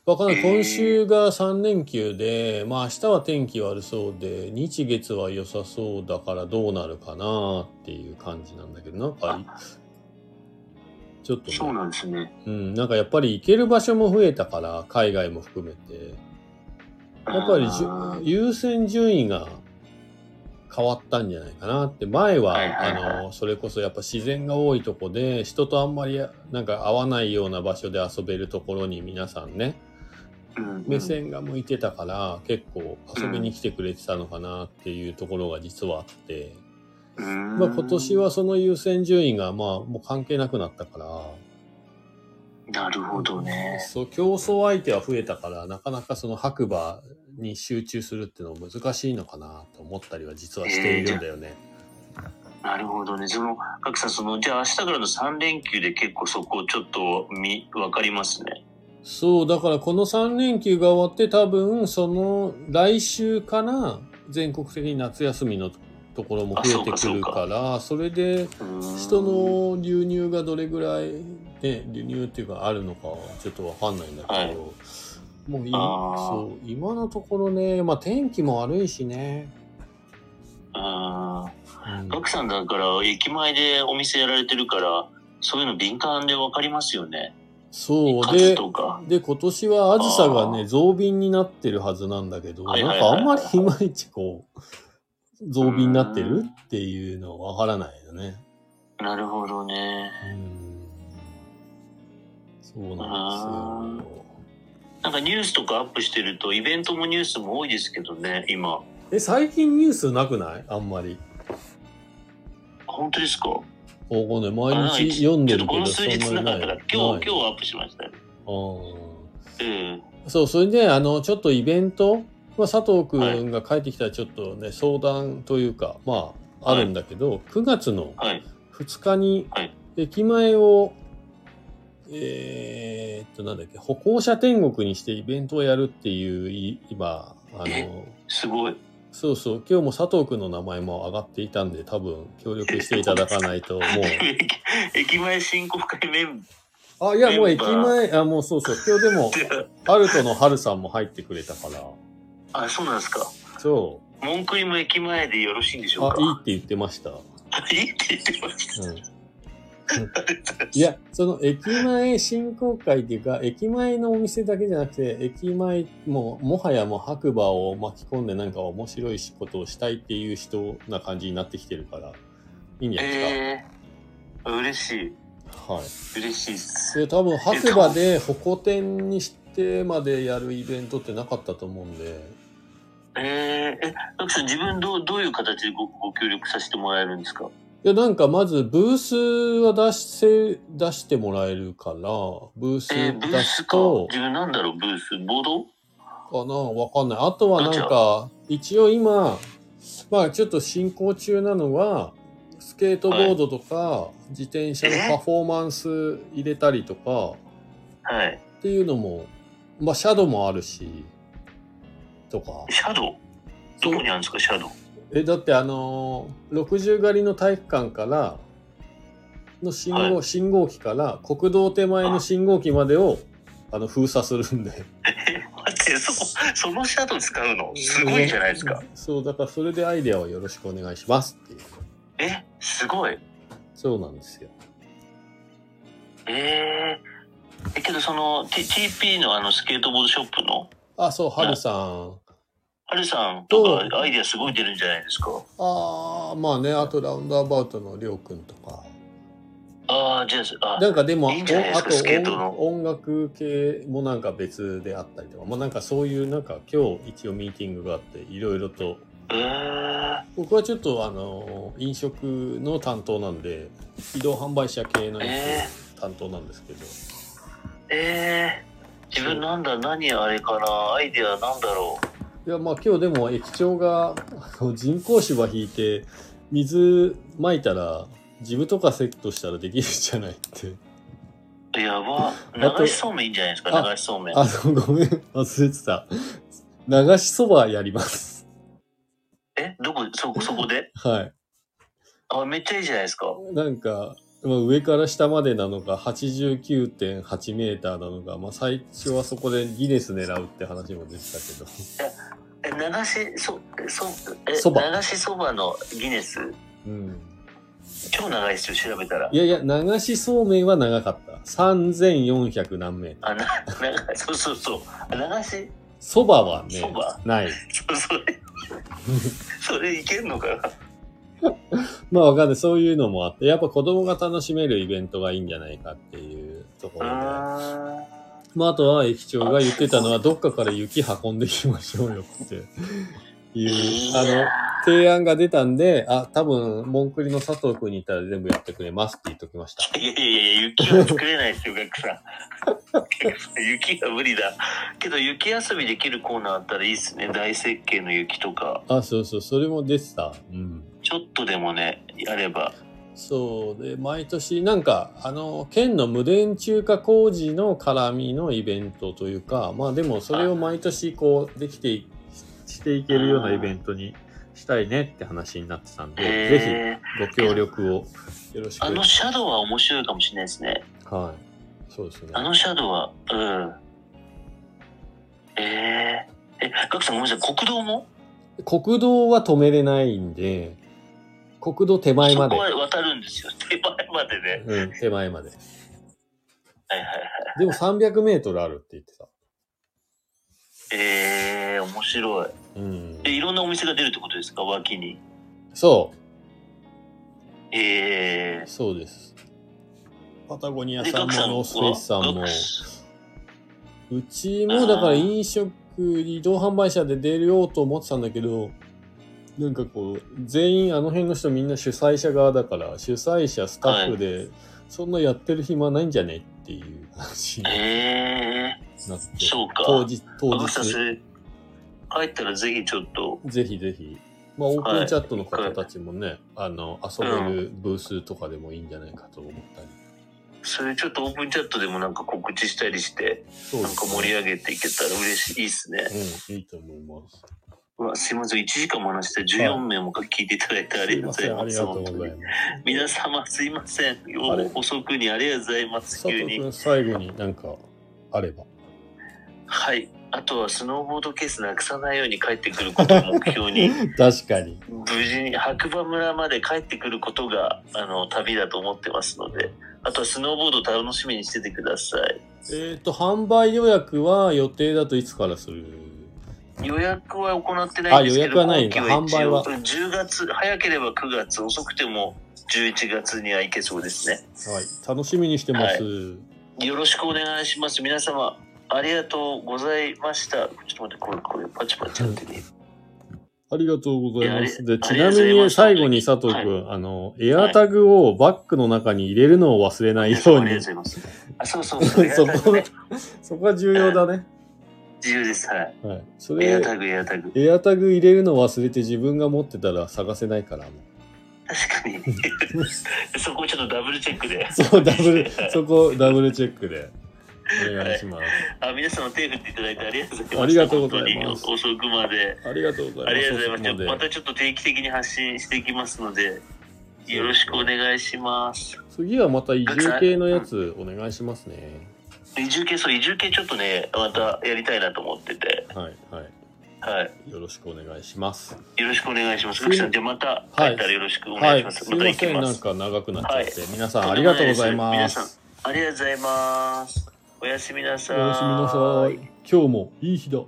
S1: わかんない。
S2: えー
S1: 今週が3連休で、まあ明日は天気悪そうで、日月は良さそうだからどうなるかなっていう感じなんだけど、なんか、ちょっとね、
S2: そうなんですね。
S1: うん、なんかやっぱり行ける場所も増えたから、海外も含めて、やっぱりじゅ
S2: あー
S1: 優先順位が変わったんじゃないかなって、前は、
S2: はいはいはい
S1: あの、それこそやっぱ自然が多いとこで、人とあんまりなんか合わないような場所で遊べるところに皆さんね、
S2: うん
S1: 目線が向いてたから結構遊びに来てくれてたのかなっていうところが実はあって、
S2: うん
S1: まあ、今年はその優先順位がまあもう関係なくなったから
S2: なるほどね。
S1: そう競争相手は増えたからなかなかその白馬に集中するっていうのは難しいのかなと思ったりは実はしているんだよね。
S2: なるほどね。その、各さん、その、じゃあ明日からの3連休で結構そこちょっと見、わかりますね。
S1: そうだからこの3連休が終わって多分その来週から全国的に夏休みのところも増えてくるからそれで
S2: うん
S1: 人、の流入がどれぐらい、ね、流入っていうかあるのかはちょっとわかんないんだけど、
S2: はい
S1: もうい
S2: あー
S1: そう今のところね、まあ、天気も悪いしね、
S2: うん。
S1: うん
S2: ガクさんだから、駅前でお店やられてるから、そういうの敏感でわかりますよね。
S1: そう
S2: 数
S1: で
S2: とか。
S1: で今年はあずさが
S2: あ
S1: ね増便になってるはずなんだけど、
S2: はいはい
S1: なん
S2: は
S1: かあ
S2: い
S1: んまりいまいちこう増便になって
S2: う
S1: る
S2: ん
S1: っていうのはわからないよね。
S2: なるほどね。
S1: うんそうなんですよ。
S2: なんかニュースとかアップしてると、イベントもニュースも多いですけどね、今。
S1: え最近ニュースなくないあんまり。
S2: 本当ですか
S1: ここね、
S2: あ
S1: 毎日読んでる
S2: ちょっと
S1: け
S2: この
S1: ど、
S2: 数日なかったから、今
S1: ない
S2: 日、今日アップしましたね。
S1: う
S2: うん。
S1: んそう、それで、あの、ちょっとイベント、まあ、佐藤くんが帰ってきたらちょっとね、相談というか、まあ、あるんだけど、9月の
S2: はい。
S1: 2日に
S2: はい、
S1: 駅前を、えーっと、なんだっけ、歩行者天国にしてイベントをやるっていう、い今、あ
S2: え
S1: の、
S2: すごい。
S1: そうそう、今日も佐藤くんの名前も上がっていたんで、多分協力していただかないと、もう。
S2: 駅前振興会メン
S1: あ、いや、もう
S2: メン
S1: 駅
S2: バ
S1: 前、あ、もうそうそう、今日でも、
S2: バ
S1: ア
S2: ー。
S1: ルトのハルさんも入ってくれたから、
S2: あ、そうなんですか。
S1: そ
S2: 文句にも駅前でよろしいんでし
S1: う、
S2: ょう
S1: あ、
S2: か
S1: いいって言ってました。 うん。
S2: いいって言ってました。
S1: いや、その駅前振興会っていうか、駅前のお店だけじゃなくて、駅前、もう、もはやもう白馬を巻き込んでなんか面白い仕事をしたいっていう人な感じになってきてるから、いいんじゃないです
S2: ええー。嬉しい。
S1: か。はい。
S2: 嬉しいっす。
S1: で、多分白馬で歩行天にしてまでやるイベントってなかったと思うんで、
S2: えー、え、ガクさん、自分どう、どういう形でごご協力させてもらえるんですか
S1: いや、なんかまずブースは出せ、出してもらえるから、ブース
S2: えー、ブー
S1: 出
S2: ス
S1: す
S2: か。
S1: と、
S2: 自分なんだろう、ブース。ボード
S1: かなわかんない。あとはなんか、一応今、まあちょっと進行中なのは、スケートボードとか、自転車のパフォーマンス入れたりとか、
S2: はい。
S1: っていうのも、まあシャドウもあるし、とか。
S2: シャドウどこにあるんですか、シャドウ。
S1: えだってあのー60狩りの体育館からの信号,、
S2: は
S1: 信号機から国道手前の信号機までをあの封鎖するんで
S2: 待って、そこ、そのシャドウ使うの、すごいじゃないですか。
S1: そうだからそれでアイデアをよろしくお願いしますっていう
S2: え、すごい。
S1: そうなんですよ。
S2: えー、えけどその、T、TP のあのスケートボードショップの
S1: あ、そう、はるさん。
S2: ハルさんと
S1: ど
S2: かアイディアすごい出るんじゃないですか
S1: あー、まあね、あとラウンドアバウトのりょうくんとか。
S2: ああじゃああ
S1: なんかでも、
S2: いいんじゃないですか
S1: お
S2: スケートの
S1: 音音楽系もなんか別であったりとか、まあなんかそういう、なんか今日一応ミーティングがあって、いろいろと、
S2: え
S1: 僕はちょっとあの、飲食の担当なんで、移動販売車系のや
S2: え
S1: つ担当なんですけど、
S2: ー、えー、自分なんだ何あれかなアイディアなんだろう
S1: いや、まあ今日でも駅長があの人工芝引いて、水撒いたら、ジブとかセットしたらできるんじゃないって。
S2: やば
S1: と
S2: 流しそうめんいいんじゃないですか
S1: あ
S2: 流しそうめん
S1: あの、ごめん、忘れてた。流しそばやります。
S2: えどこそそこで
S1: はい。
S2: あめっちゃいいじゃないですか
S1: なんか、まあ、上から下までなのか、89.8メーターなのか、まあ最初はそこでギネス狙うって話も出てたけど。
S2: え流しそそえ
S1: そば
S2: 流しそばのギネス
S1: うん。
S2: 超長いですよ調べたら
S1: いやいや、流しそうめんは長かった。3400何メーター。
S2: あななそうそうそうあ流し
S1: そばはね
S2: そば、
S1: ない。
S2: そうそれそれいけんのかな
S1: まあわかんない。そういうのもあって、やっぱ子供が楽しめるイベントがいいんじゃないかっていうところで。
S2: あー
S1: まああとは駅長が言ってたのは、どっかから雪運んできましょうよってい、
S2: いう
S1: あの、提案が出たんで、あ、多分、文句りの佐藤君にいたら全部やってくれますって言っときました。
S2: いやいやいや、雪は作れないですよ、ガクさん。 雪は無理だ。けど、雪遊びできるコーナーあったらいいですね。大設計の雪とか。
S1: あ、そうそう、それも出てた。うん。
S2: ちょっとでもね、やれば。
S1: そうで、毎年、なんか、あの、県の無電柱化工事の絡みのイベントというか、まあでも、それを毎年、こう、できてい、していけるようなイベントにしたいねって話になってたんで、ぜ
S2: え
S1: ひ、ご協力をよろし
S2: ー、あ
S1: く
S2: の。シャドウは面白いかもしれないですね。
S1: はい。そうですね。
S2: あのシャドウは、うん。えー、え、ガクさんごめんなさい、国道も
S1: 国道は止めれないんで、国道手前
S2: そ
S1: ま
S2: こ
S1: で。
S2: は渡るんですよ。手前までね。
S1: うん、手前まで。
S2: はいはいはい。
S1: でも300メートルあるって言ってた。
S2: えー、面白い。
S1: うん。
S2: で、いろんなお店が出るってことですか、脇に。
S1: そ
S2: え
S1: う、そうです。パタゴニ
S2: ー。
S1: ア
S2: で
S1: さん
S2: ガ
S1: も
S2: ク
S1: ノースフェイスさん
S2: は
S1: も
S2: ガ。ク
S1: うちもだから飲食、移動販売車で出ようと思ってたんだけど、なんかこう、全員あの辺の人みんな主催者側だから、主催者、スタッフで、そんなやってる暇ないんじゃねっていう話になって。
S2: えそうか
S1: 当日、
S2: ー、
S1: 当
S2: あさん
S1: 日
S2: そ。れ帰ったらぜひちょっと
S1: ぜひぜひ。まあ、オープンチャットの方たちもね、あの、遊べるブースとかでもいいんじゃないかと思ったり。
S2: それちょっとオープンチャットでもなんか告知したりして
S1: そう
S2: なんか盛り上げていけたら嬉しいですね
S1: うん、いいと思います。
S2: うわすいません1時間も話して14名も聞いていただいてありがとうございます
S1: すませんありがとうござい
S2: 本
S1: ま
S2: 当に皆様すいません
S1: あれ。
S2: お遅くにありがとうございますす
S1: 佐
S2: 急
S1: 藤
S2: に
S1: 君、最後になんかあれば。
S2: はいあとはスノーボードケースなくさないように帰ってくることを目 標に
S1: 確かに。
S2: 無事に白馬村まで帰ってくることがあの旅だと思ってますのであとはスノーボード楽しみにしててください
S1: えっ、と、販売予約は予定だといつからする
S2: 予約は行ってないんですけ
S1: あ予約
S2: ど
S1: はないんだ
S2: 今期一応
S1: 販売
S2: 10月早ければ9月遅くても11月には行けそうですね
S1: はい。楽しみにしてます。
S2: よろしくお願いします皆様ありがとうございましたちょっと待ってこれこれパチパチやってね
S1: ありがとうございま
S2: いやあ
S1: す。
S2: り
S1: で、ちな
S2: ありが
S1: み
S2: とうござい
S1: に
S2: ます
S1: 最後に佐藤君、あの、エアタグをバッグの中に入れるのを忘れないよう
S2: あ
S1: に
S2: りが。とうございますあそうそうそうエアタ
S1: そ
S2: グ
S1: こ
S2: ね、
S1: そこは重要だね。
S2: 自由ですはい
S1: はい。それ
S2: エアタグエアタグ
S1: エアタグ入れるの忘れて自分が持ってたら探せないから。も
S2: 確かに そこちょっとダブルチェックで
S1: うそう、ダブル、そこダブルチェックでお願いします。
S2: あ皆様手振っていただいてありがとうございます。
S1: ありがとうございます
S2: 本当に遅くまで。
S1: ありがとうござ
S2: あ
S1: いま
S2: り
S1: す。
S2: がとうございます
S1: そこ
S2: じゃあ。またちょっと定期的に発信していきますので、よろしくお願いします。
S1: 次はまた移住系のやつお願いしますね。
S2: 移住系、そう、移住系ちょっとね、またやりたいなと思ってて、
S1: はい、はい。
S2: はい。
S1: よろしくお願いします。
S2: よろしくお願いします。福地さん、じゃあまた帰ったらよろしくお願
S1: はい
S2: し
S1: い、
S2: ます。
S1: すい
S2: また
S1: ま
S2: 行き
S1: せん、
S2: ま
S1: なん
S2: す。
S1: か長くなっちゃって、皆さんありがとうございま
S2: 皆
S1: す。
S2: ありがとうございます。おやすみなさ
S1: お
S2: い。
S1: やすみなさい。。今日もいい日だ。はい、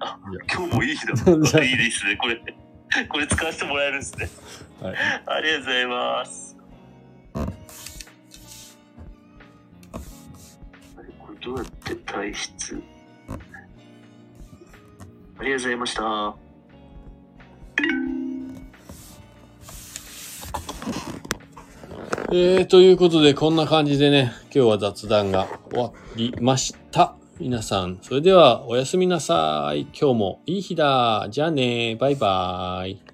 S2: あ
S1: いや
S2: 今日もいい日だ。
S1: じゃあ
S2: いいですね。これ、これ使わせてもらえるんですね。
S1: はい
S2: ありがとうございます。あれこれどうやって退出ありがとうございました。
S1: えー、ということで、こんな感じでね、今日は雑談が終わりました。皆さん、それではおやすみなさい。今日もいい日だ。じゃあね、バイバイ。